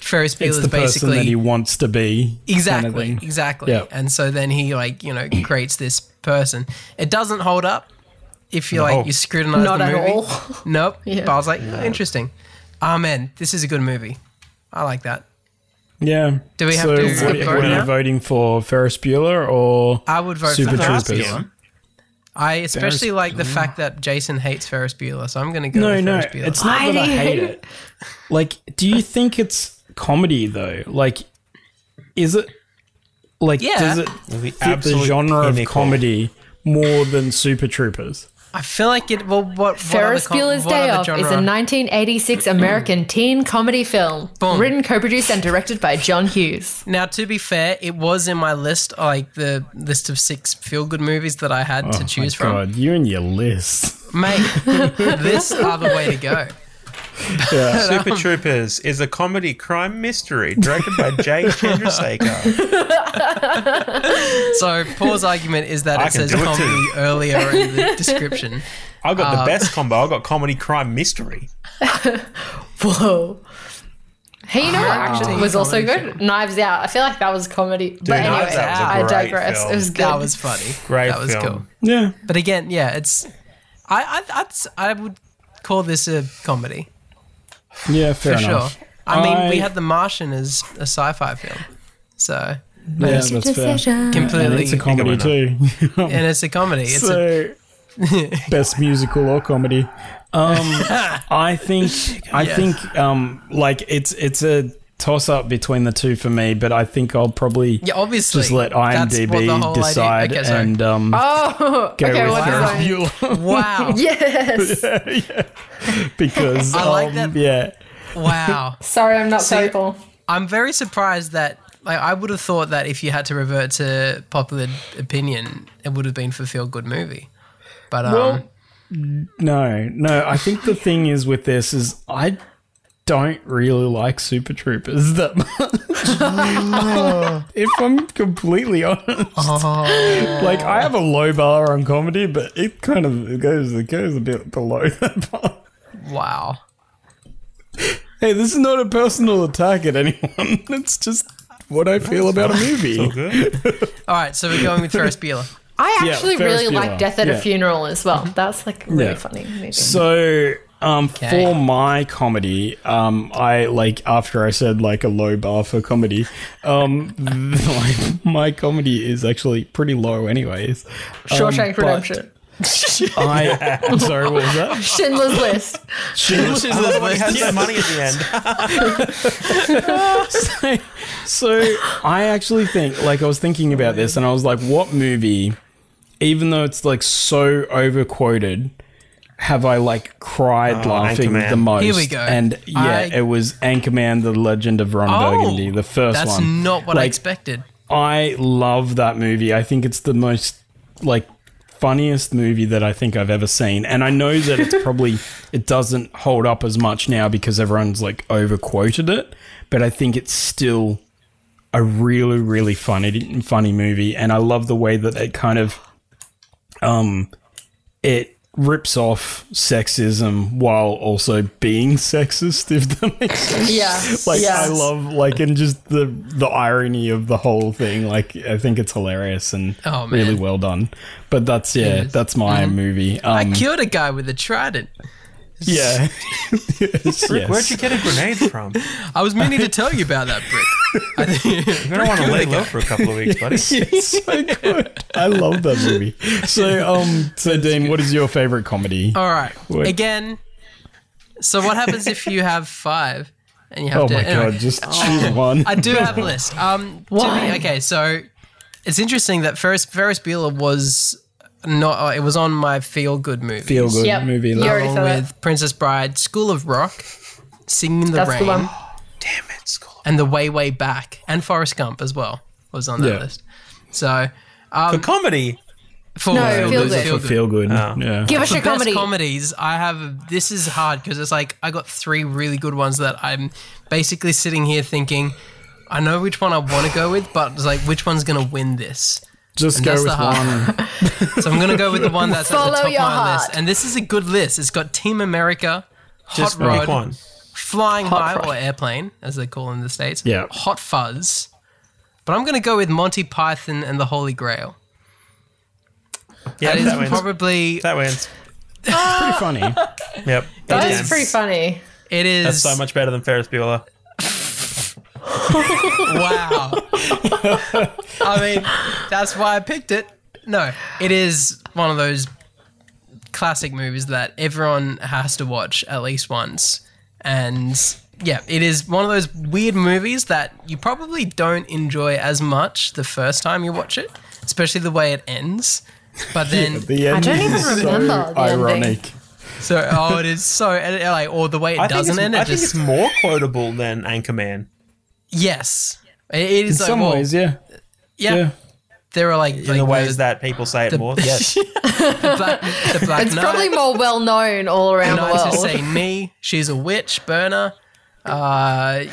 Ferris It's Bueller's the person basically. that he wants to be. kind of exactly. thing. exactly. Yeah. And so then he, like, you know, creates this person. It doesn't hold up if you, No. like, you scrutinize (laughs) Not the at movie. all. Nope. Yeah. But I was like, oh, interesting. Ah, man, this is a good movie. I like that. Yeah. Do we have so to what, skip what voting are now? you voting for? Ferris Bueller or I would vote Super for Ferris Troopers? Bueller. I especially Ferris like the fact that Jason hates Ferris Bueller, so I'm going to go No, with no, Ferris Bueller. it's not Why that I do you hate hate it. Like, do you think it's comedy though? Like, is it like Yeah. does it The fit the absolute genre of pinnacle. comedy more than Super Troopers? I feel like it. Well, what Ferris what other Bueller's com- Day what Off other is a genre? 1986 American teen comedy film, Boom. written, co-produced, and directed by (laughs) John Hughes. Now, to be fair, it was in my list, like the list of six feel-good movies that I had to choose my from. God, you and your list. Mate, this are the way to go. Super Troopers is a comedy crime mystery directed by Jay Chandrasekhar. So, Paul's argument is that I it can says do it comedy too. earlier in the description. I got the best combo. I got comedy crime mystery. Whoa. Hey, you know what actually was also Comedy good? Knives Out. I feel like that was comedy. but anyway, Knives Out was a I great digress. film. It was (laughs) good. That was funny. Great That was film. cool. Yeah. But again, yeah, it's. I I I'd, I would call this a comedy Yeah, fair for enough. sure. I mean, we I- had The Martian as a sci-fi film, so Yeah, that's fair. And completely it's a comedy too. (laughs) and it's a comedy. It's a, (laughs) so best musical or comedy. (laughs) Um, I think I Yes. think um, like it's it's a toss up between the two for me, but I think I'll probably Yeah, obviously. just let That's what the IMDb whole decide (laughs) idea- okay, sorry. and um, (laughs) Oh, go okay. with What Ferris is it? (laughs) Bueller Wow. (laughs) Yes. (laughs) because I like um, that. yeah. Wow. Sorry, I'm not See- vocal. I'm very surprised that like I would have thought that if you had to revert to popular opinion, it would have been for feel good movie. But um (laughs) No, no. I think the thing is with this is I don't really like Super Troopers that (laughs) much. (laughs) if I'm completely honest, oh, like I have a Uh. low bar on comedy, but it kind of it goes it goes a bit below (laughs) that bar. wow. Hey, this is not a personal attack at anyone. (laughs) It's just what I feel about a movie. All right, so we're going with Ferris Bueller. I Yeah, actually Ferris really Bueller. like Death at Yeah. a Funeral as well. That's like really Yeah. funny. Movie. So, um, Okay. for my comedy, um, I like after I said like a low bar for comedy, um, (laughs) like, my comedy is actually pretty low, anyways. Shawshank um, but- Redemption. (laughs) (laughs) I I'm sorry, what was that? Schindler's List. Schindler's Oh, He has the money at the (laughs) end. (laughs) so, so I actually think, like, I was thinking about this, and I was like, what movie, even though it's like so overquoted, have I like cried laughing Anchorman. the most? Here we go. And yeah, I- it was Anchorman: The Legend of Ron Oh, Burgundy, the first That's one. not what I Like, expected. I love that movie. I think it's the most like funniest movie that I think I've ever seen. And I know that it's probably it doesn't hold up as much now because everyone's like overquoted it, but I think it's still a really really funny funny movie and I love the way that it kind of um it rips off sexism while also being (laughs) sexist, if that makes sense. Yeah. (laughs) Like yeah. I love like and just the the irony of the whole thing. Like I think it's hilarious and Oh, man. really well done. But that's yeah, that's my Mm-hmm. movie. Um, I killed a guy with a trident. (laughs) yeah. (laughs) Yes, yes. Where'd you get a grenade from? I was meaning to tell you about that (laughs) brick. I think- You're gonna want to lay low for a couple of weeks, buddy. It's (laughs) so good. I love that movie. So, um, so Dean, what is your favorite comedy? All right. Wait. Again. So what happens if you have five and you have oh to? my anyway, god, just choose one. I do (laughs) have a list. Um, to Why? me- okay, so it's interesting that Ferris Ferris Bueller was not. Uh, it was on my feel good movie. feel good Yep. movie. You like- already along said with it. Princess Bride, School of Rock, Singing in the That's Rain, the one. (laughs) Damn it, school. and The Way Way Back, and Forrest Gump as well was on that Yeah. list. So Um, For comedy, for No, Feel Good- Good. for feel good. Oh. Yeah. Give us your the best comedy. comedies I have. This is hard because it's like I got three really good ones that I'm basically sitting here thinking, I know which one I want to go with, but it's like which one's gonna win this. Just And go that's with the one. heart. so I'm gonna go with the one that's at Follow the top of your my heart. list, and this is a good list. It's got Team America, just Hot Rod, pick one. Flying High Fry. or Airplane, as they call in the states. Yeah. Hot Fuzz. But I'm gonna go with Monty Python and the Holy Grail. Yeah, That that, is wins. probably that wins. Pretty (laughs) funny. Yep. That It is is. pretty funny. it is That's so much better than Ferris Bueller. Wow. I mean, that's why I picked it. No, it is one of those classic movies that everyone has to watch at least once. And yeah, it is one of those weird movies that you probably don't enjoy as much the first time you watch it, especially the way it ends. But then, The end don't even is so remember the ending. ironic. so oh, it is so and it, like, or the way it I think, doesn't it's, end. It I think just it's more quotable than Anchorman. yes, it, it is In like, some well, ways, yeah. yeah, Yeah. There are like in In the ways that people say (laughs) it more. Yes. black, the black It's knight. probably more well known all around the Knights world. are saying me. She's a witch burner. Uh,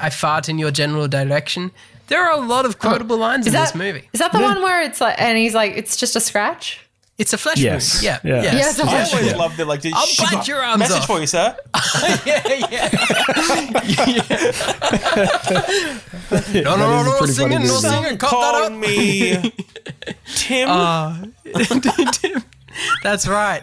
I fart in your general direction. There are a lot of quotable lines in Is that, this movie. is that the one where it's like, and he's like, it's just a scratch? It's a flesh Yes. movie. Yeah. Yeah. Yeah, it's (laughs) a I flash. always loved it. Like, I'll "Shut bite up. your arms Message off." for you, sir. (laughs) yeah, yeah. No, That is no, a no, no, pretty funny singing, no movie. singing, cut Call that (laughs) Uh, me Tim. up. That's right.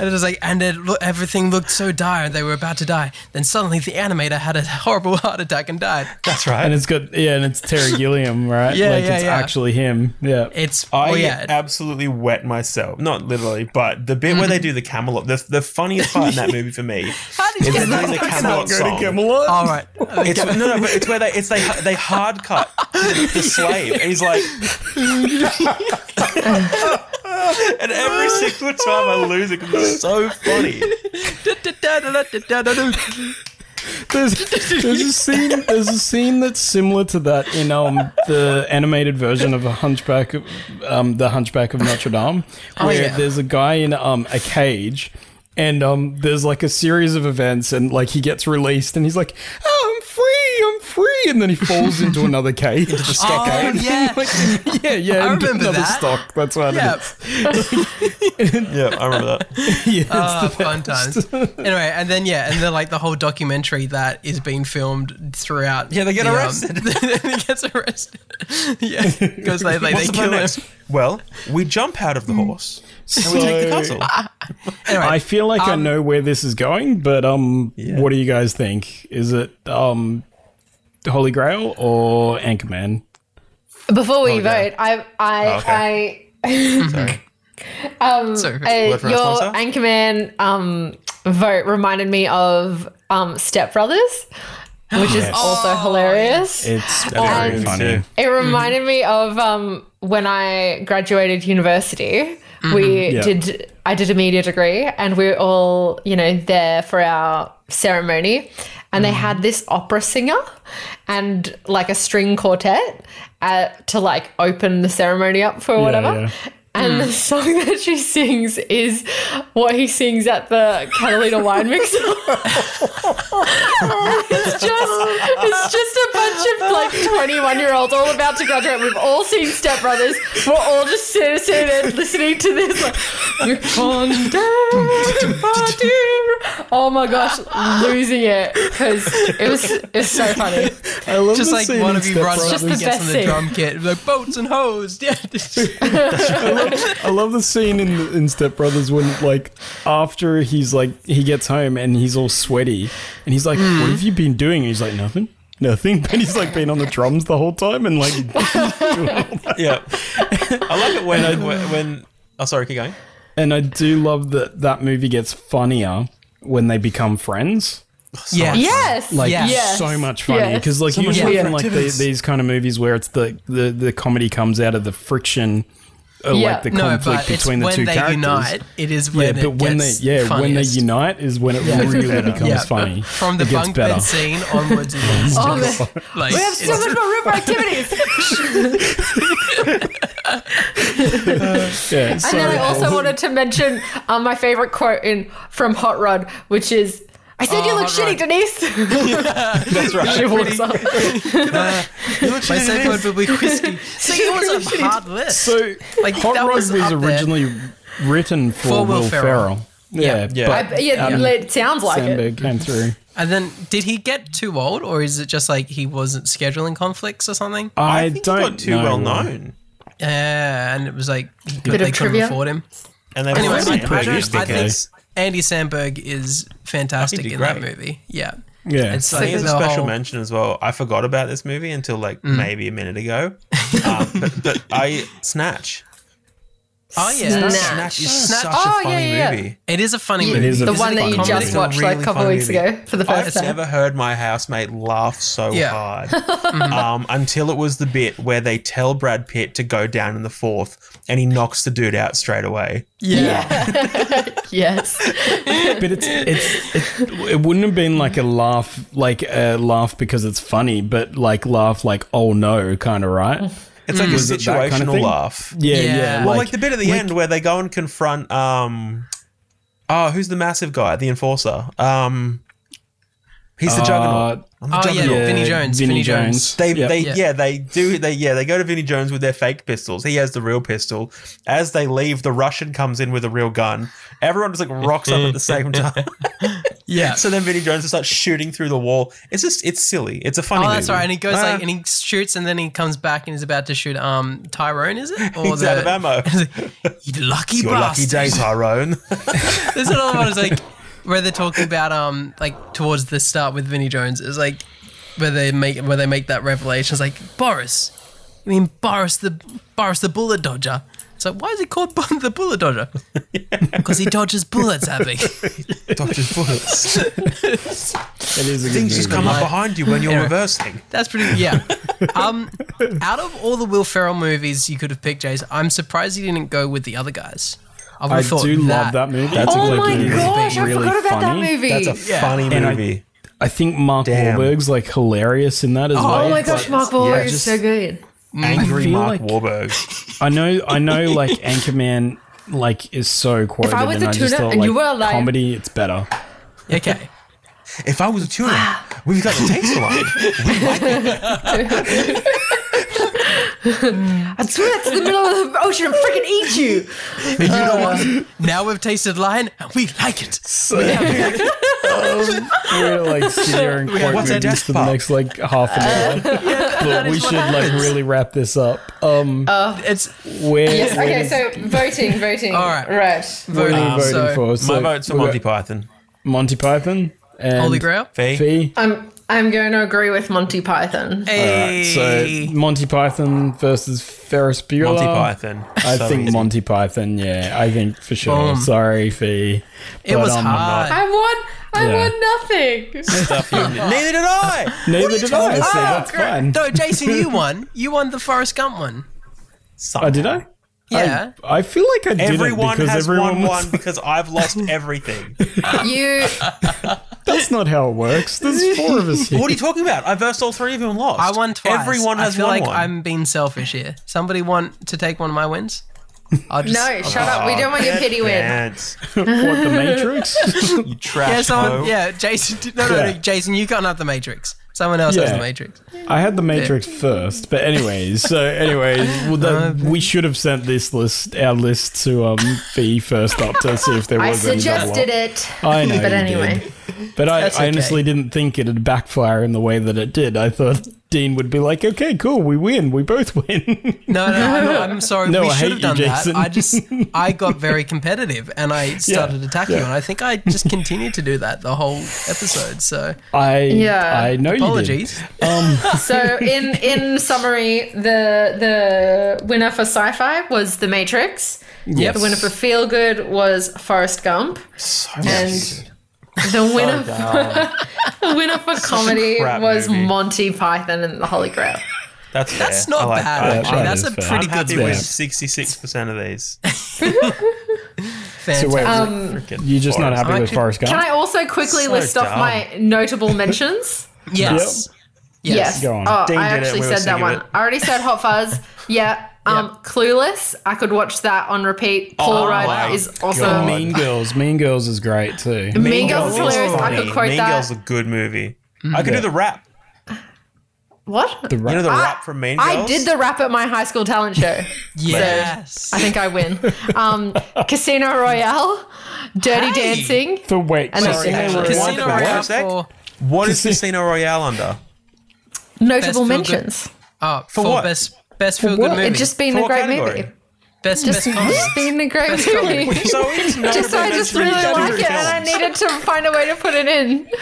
And it was like, and it, lo- everything looked so dire. They were about to die. Then suddenly the animator had a horrible (laughs) heart attack and died. That's right. And it's got yeah, and it's Terry Gilliam, right? Yeah, like yeah, it's yeah. actually him. Yeah. It's, I oh yeah. absolutely wet myself. Not literally, but the bit where Mm-hmm. they do the Camelot, the, the funniest part (laughs) in that movie for me How did you is get that they're doing the fucking Camelot song. All right. It's, no, no, but it's where they it's they they hard cut the, the slave, and he's like, (laughs) and every single time I lose it, 'cause it's so funny. There's, there's a scene there's a scene that's similar to that in um the animated version of a hunchback of- um the hunchback of Notre Dame where yeah. there's a guy in um a cage and um there's like a series of events and like he gets released and he's like oh, I'm free I'm free and then he falls into another cage into the Oh, yeah. yeah yeah I into remember another that. stock that's what Yeah. it is Yeah, I remember that. yeah it's Ah, the fun times. anyway, and then yeah, and then like the whole documentary that is being filmed throughout. Yeah, they get the, um, arrested. he gets arrested. yeah, because they, like, they What's the kill plan him. Mm. next? Well, we jump out of the horse and we take the So- castle. (laughs) Anyway, I feel like I um, know where this is going, but um, what do you guys think? Is it um, Holy Grail or Anchorman? Before we yeah. vote, I, I, Oh, okay. Sorry. so, I, Word uh, for your response, huh? Anchorman um, vote reminded me of um, Step Brothers, which is also hilarious. (sighs) It's Very very funny. too. It reminded me of um, when I graduated university. We Yeah. did. I did a media degree, and we were all, you know, there for our ceremony. And they had this opera singer and like a string quartet uh, to like open the ceremony up for whatever. yeah. And the song (laughs) that she sings is what he sings at the Catalina wine (laughs) mixer. it's just it's just a bunch of like 21 year olds all about to graduate. We've all seen Step Brothers. We're all just sitting, sitting and listening to this. Like, "We're on day, party." oh my gosh, losing it because it was it's so funny. I love Just the like scene one in of you Step runs Just Brothers. up the and gets best on the scene. drum kit, like boats and hose. Yeah, I love the scene in in Step Brothers when like after he's like he gets home and he's all sweaty and he's like, "What have you been doing?" And he's like, "Nothing." Nothing, (laughs) but he's like been on the drums the whole time and (laughs) like Yeah, (laughs) I like it when when. when oh, sorry, keep going. And I do love that that movie gets funnier when they become friends. yeah. Yes. Like Yeah. Yes. so much funnier Yes. because like much usually more in like the, activities. these kind of movies where it's the the, the comedy comes out of the friction, or Yeah. like the No, conflict but it's between the when two they characters. unite. It is Yeah, when but it when they gets yeah when they funniest. unite is when it really becomes Yeah. funny. From the it gets bunk better. bed scene onwards, it is (laughs) Oh, just, man. like We have so it's- much more room for (laughs) activities. Yeah, so And then I also wanted to mention um, my favorite quote in from Hot Rod, which is, "I said you Oh, look Hot shitty, Rod. (laughs) Denise." That's She right. walks up. my second one would be (laughs) whiskey. So it was (laughs) a hard list. so Like, Hot that Rod was, was up there. originally written for, For Will Will Ferrell. Ferrell. Yeah, Yeah. but I, yeah, um, it sounds like it. Sandberg came through. and then, did he get too old, or is it just like he wasn't scheduling conflicts or something? I, I think don't he got too know well why. known. Yeah, and it was like he of could, they couldn't trivia. afford him. And they Anyway, were I, like, I, "Imagine don't, I if they think could." Andy Sandberg is fantastic He'd be in that great. movie. Yeah, Yeah, it's like Here's the a special whole, Mm. mention as well. I forgot about this movie until like maybe a (laughs) minute ago. um, but, but I Snatch. Oh yeah, Snatch. Snatch is Snatch. such a Oh, yeah, funny yeah, yeah. movie. it is a funny It movie. is a The It's one that like you comedy. just It's a watched like really a couple fun weeks movie. ago for the I've first (laughs) time. never heard my housemate laugh so Yeah. (laughs) hard um, until it was the bit where they tell Brad Pitt to go down in the fourth and he knocks the dude out straight away. yeah. (laughs) yes. but it's, it's it, it wouldn't have been like a laugh like a laugh because it's funny but like laugh like oh no kind of right It's Mm. like a Was it that situational kind of thing? laugh. yeah yeah, Yeah. Well, like, like, the bit at the end where they go and confront um Oh, who's the massive guy? The enforcer. Um He's the uh, juggernaut. I'm the Oh yeah, juggernaut. Vinny Jones. Vinny Vinny Jones. Jones. They, Yeah. they, Yeah. yeah. they do. They, yeah, they go to Vinnie Jones with their fake pistols. He has the real pistol. As they leave, the Russian comes in with a real gun. Everyone just like rocks up at the (laughs) same time. Yeah. so then Vinnie Jones just starts shooting through the wall. It's just, it's silly. It's a funny. Oh, that's movie. right. And he goes like, Ah, and he shoots, and then he comes back and is about to shoot um Tyrone, is it? Or (laughs) he's out (laughs) of ammo. You lucky Your lucky bastard. (laughs) day, Tyrone. There's another one. (laughs) It's like where they're talking about um like towards the start with Vinnie Jones. It's like where they make where they make that revelation. It's like Boris. I mean Boris the Boris the bullet dodger. It's like why is he called (laughs) Boris the (laughs) bullet dodger? Because he dodges bullets, Abby. Dodges bullets. it is a good Things just movie. come up behind you when you're Yeah. reversing. That's pretty. Yeah. Um, out of all the Will Ferrell movies you could have picked, Jace, I'm surprised you didn't go with the other guys. I, would i have thought do love that movie That's a oh good my movie. gosh, I forgot about that movie. That's a Yeah. funny And I- movie. i think mark Damn. Wahlberg's like hilarious in that as well oh my but gosh, Mark Wahlberg yeah, is just- so good. Angry feel like- Mark Wahlberg. i know i know like anchorman like is so quoted I was and a i just tuna thought and like you were alive- comedy it's better Okay. (laughs) If I was a tuner, we've got the taste alike. I'd swim out to the middle of the ocean and freaking eat you. you know what? Now we've tasted lion and we like it. (laughs) Um, We're gonna like sit here and quote what's our movies desk for the pop? next like half an (laughs) hour. but we should like really wrap this up. Um, Uh, It's where, where does- so voting, voting. All right. Right. what are you voting. voting Um, so, for? Um, My So vote's for we've Monty got Python. Monty Python and Holy Grail. Fee. Fee. I'm I'm going to agree with Monty Python. Hey. So Monty Python versus Ferris Bueller. Monty Python. I So think easy. Monty Python. Yeah, I think for sure. Boom. Sorry, Fee. it But, was um, hard. I won. I Yeah. won nothing. Stuff you- Neither did (laughs) I. Neither did I. So that's fine. No, (laughs) Jason, you won. You won the Forrest Gump one. Oh, did I? Yeah. I feel like I did Everyone it because has everyone won was- one because I've lost everything. (laughs) you (laughs) That's not how it works. There's (laughs) four of us here. what are you talking about? I versed all three of them and lost. I, won twice. Everyone has I feel won like one. I'm being selfish here. Somebody want to take one of my wins? I'll just, No, shut Oh, up. We don't want your pity win. What the Matrix? You trash Yeah, someone, hoe. yeah, Jason. (laughs) No, no, no, Yeah. Jason, you can't have the Matrix. Someone else has Yeah. the Matrix. (laughs) I had the Matrix first, but anyways. So anyways, well, Uh, the, we should have sent this list, our list, to um V first up to see if there I was any double up. suggested it. (laughs) I know, But you anyway. did. But I, That's I honestly didn't think it'd backfire in the way that it did. I thought Dean would be like, "Okay, cool, we win, we both win." (laughs) No, no, I'm, I'm sorry. No, we I should hate have you, done Jason. that. (laughs) I just, I got very competitive and I started attacking yeah. you, and I think I just continued to do that the whole episode. So I Yeah. I know apologies. So in in summary, the the winner for sci-fi was The Matrix. you did. Yes. The winner for feel good was Forrest Gump, So and much the winner dumb. (laughs) the winner for comedy crap was movie. Monty Python and the Holy Grail. That's fair. That's not I like bad. that. Yeah, actually. that That's is a fair. I'm pretty happy good with spin. sixty-six percent (laughs) of these. fan. So wait, Frickin' you're just not Forrest. happy I'm with actually- Forrest Gump? um, Can I also quickly So list off dumb. my notable mentions? yes. Yes. Go on. Oh, Dean I did it. actually We were said sick that of one. it. I already said Hot (laughs) Fuzz. Yeah. Um, Clueless. I could watch that on repeat. Paul Oh Ryder my is also. Oh, mean Girls. Mean Girls is great too. Mean, Girls is hilarious. I could funny. quote mean that. Girls is a good movie. I could Yeah. do the rap. what? The You know rap. the I- rap from Mean Girls. I did the rap at my high school talent show. Yes. I think I win. Um, Casino Royale, Dirty Hey. Dancing. For wait, And sorry, that's they actually- were- Casino Casino Wonderful. Royale One sec. for, What is Casino Royale under? (laughs) Notable feel good mentions. oh, for, what? best best feel good what? movie. It just been For a what great category? movie. best Just, best comedy. just been a great comedy. movie. So it's not (laughs) Just I just really like it, and (laughs) I needed to find a way to put it in. (laughs)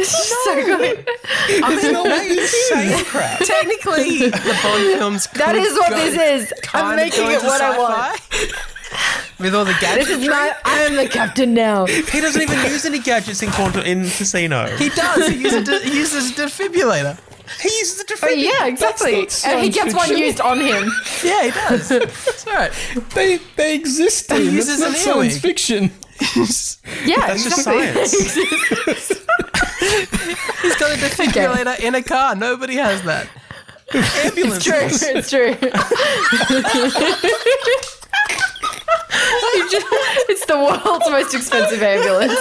It's (laughs) just so good. Same crap. Technically, the Bond films. That is what this is. kinda I'm making going it to what I want. sci-fi. (laughs) With all the This gadgets, is my. I am the captain now. He doesn't even use any gadgets in Quantum in Casino. he does. He uses, a, he uses a defibrillator. He uses the But yeah, exactly. not And he science gets one fiction. used on him. Yeah, he (laughs) does. It's all right. they they exist. Dean. use That's as an not science earwig. fiction. Yeah, That's just exactly. (laughs) science. He's got a defibrillator in a car. Nobody has that. ambulance. It's true. It's true. You just- it's the world's most expensive ambulance.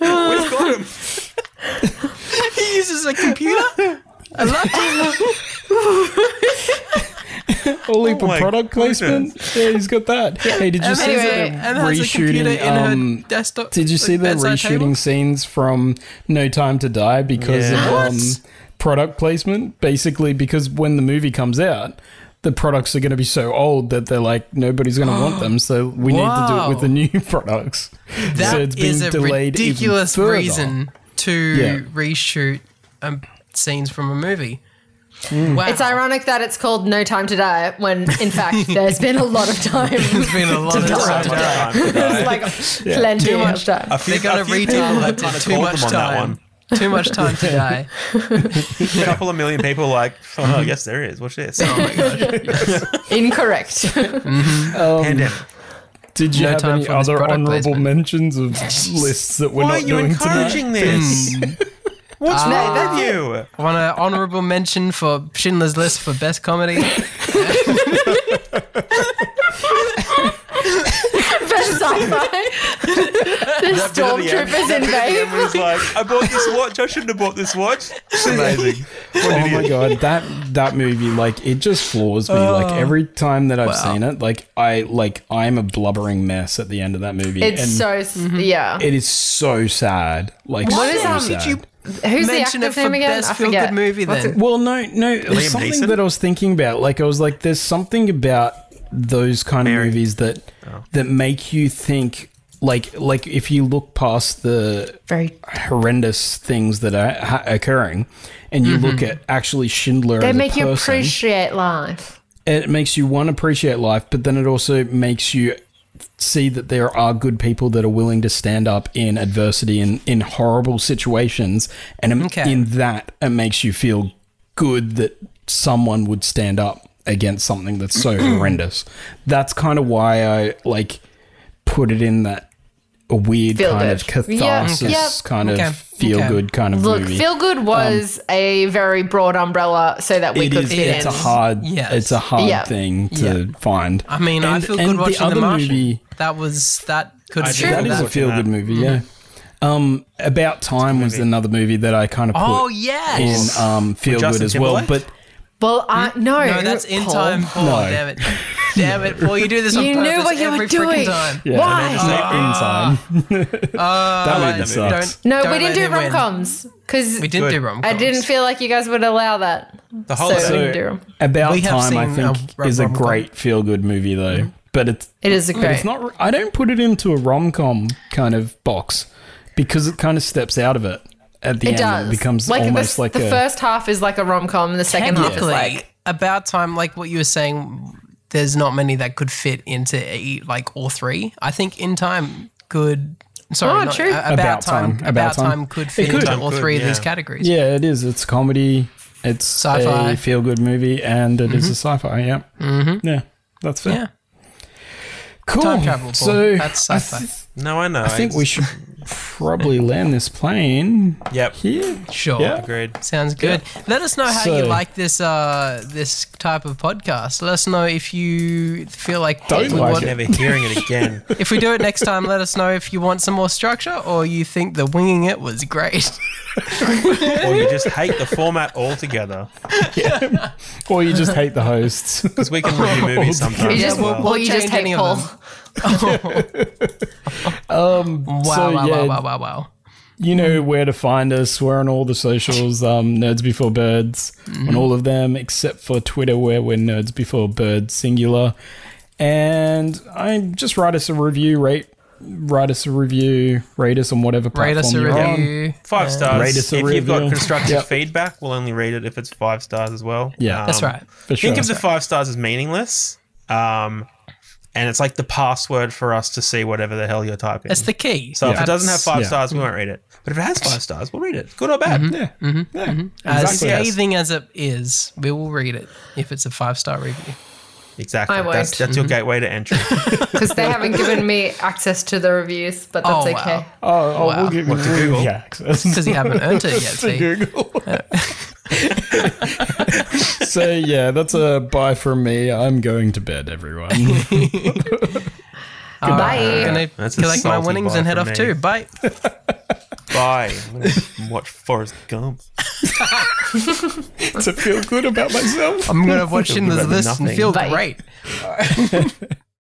We've got him. He uses a computer. A laptop. Only Oh for my product placement. Yeah, he's got that. Hey, Um, did you see anyway, that and they're and has a computer reshooting? in Um, her desktop. did you see the they're reshooting scenes from No Time to Die because Yeah. of um, product placement? Basically, because when the movie comes out. The products are going to be so old that they're like nobody's going to want them, so we need to do it with the new (laughs) products. That so is it's been a delayed even ridiculous further. reason to Yeah. reshoot um, scenes from a movie. Hmm. Wow. It's ironic that it's called No Time to Die when, in fact, there's been a lot of time. There's been a lot of (laughs) Oh, time. There's like plenty Too much. much time. few, They got a few people retail have that kinda did too called much them on that time. Too much (laughs) time to die. one. A couple of million people are like, Mm-hmm. oh, yes, there is. What's (laughs) this? Oh, Incorrect. (laughs) Pandemic. Um, Did you uh, No have time any for this other product honourable placement. mentions of lists that we're Why are not you doing encouraging tonight? this? Mm. (laughs) What's wrong that's with you? Want an honourable mention for Schindler's List for best comedy? Best sci-fi. the stormtroopers in And Babe. was like, I bought this watch. I shouldn't have bought this watch. Amazing. Oh my god, that that movie, like it just floors me. like every time that I've seen it, like I like I'm a blubbering mess at the end of that movie. It's and so s yeah. it is so sad. Like What is, so um, sad. did you- Who's the mention it actor's for name again? I best feel forget. good movie What's then. Well, no, no. it was Liam something Neeson? that I was thinking about. Like, I was like, there's something about those kind of movies that Oh. that make you think. Like, like if you look past the Very. horrendous things that are ha- occurring, and you look at actually Schindler, Mm-hmm. They as make a you person, appreciate life. It makes you one appreciate life, but then it also makes you see that there are good people that are willing to stand up in adversity and in horrible situations, and in- Okay. in that it makes you feel good that someone would stand up against something that's (clears throat) so horrendous. That's kind of why I like put it in that a weird Feel kind good. of catharsis, Yep, yep. kind Okay, of feel okay. good kind of Look, movie. Um, feel good was a very broad umbrella so that we it could is. fit It's in. a hard. Yes. It's a hard Yeah. thing to find. I mean, I And- feel and good the watching The, other Martian. movie- That was that could have It's true. been That is that. a feel good movie. Mm-hmm. Yeah. Um, About Time was another movie that I kind of put oh yes. in um, feel Justin good as well. Timberlake? But Well, I Hmm? no, no, that's in Paul. time. Paul, No. damn it, damn it, Paul, you do this on You purpose knew what you every were freaking doing. time. Yeah. Why? time. (laughs) that Ah. Uh, Don't- movie sucks. no, don't let we didn't do him win. rom coms because We did Good. do rom. I didn't feel like you guys would allow that. The So- whole thing. do them. About We have Time, I seen, think, uh, is a rom-com. Mm-hmm. great feel good movie though. But it's It is a but great. it's not. I don't put it into a rom com kind of box because it kind of steps out of it at the it end. does. It becomes like almost the, like the a. first half is like a rom com, the second half is Technically, like about time. Like what you were saying, there's not many that could fit into a, like all three. I think in time could. Sorry, Oh, not- true. a- About, time. About, time. could fit could. into all Could, three of yeah. these categories. yeah, it is. It's comedy. It's Sci-fi. a feel good movie, and it is a sci fi. Yeah. Mm-hmm. Yeah. That's fair. Yeah. Cool. Time travel, Paul. So That's I sci-fi. th- No, I know. I think we should probably land this plane Yep. here. Sure. Yeah. Agreed. Sounds good. Let us know how you So- like this uh, this type of podcast. Let us know if you feel like Don't we like want- it. Never hearing it again. if we do (laughs) it next time. Let us know if you want some more structure or you think the winging it (laughs) was great. or you just hate the format altogether. Or you just hate the hosts. (laughs) Because we can review movies sometimes. you Yeah, just as we'll- well. or you just change hate any of Paul. them. Wow! Um, So, wow! yeah. Wow! Wow! Wow! Wow! you know where to find us. We're on all the socials, um, Nerds Before Birds, Mm-hmm. on all of them except for Twitter, where we're Nerds Before Birds singular. And I just write us a review, rate, write us a review, rate us on whatever platform Um, Rate us a you're on. review. Five stars. Rate us a if you've got review. constructive Yep. feedback, we'll only read it if it's five stars as well. Um, Yeah. That's right. For sure. Think of the five stars as meaningless. Um, and it's like the password for us to see whatever the hell you're typing. That's the key. so if it doesn't have five Yeah. stars, we won't read it. But if it has five stars, we'll read it. Good or bad. Mm-hmm. yeah. yeah. as Exactly. scathing as it is, we will read it if it's a five star review. Exactly. I That's, won't. that's your gateway to entry. because they haven't given me access to the reviews, but that's Oh, wow. okay. Oh, oh Wow. we'll give you Google? yeah, (laughs) access Because you haven't (laughs) earned it yet. to See? Google. so yeah, that's a bye from me. I'm going to bed, (laughs) everyone. (laughs) Goodbye. Gonna That's a collect my salty winnings bye and head off from me. too. Bye. Bye. I'm gonna watch Forrest Gump. to feel good about myself. I'm gonna watch in good this about list and nothing. feel Bye. great.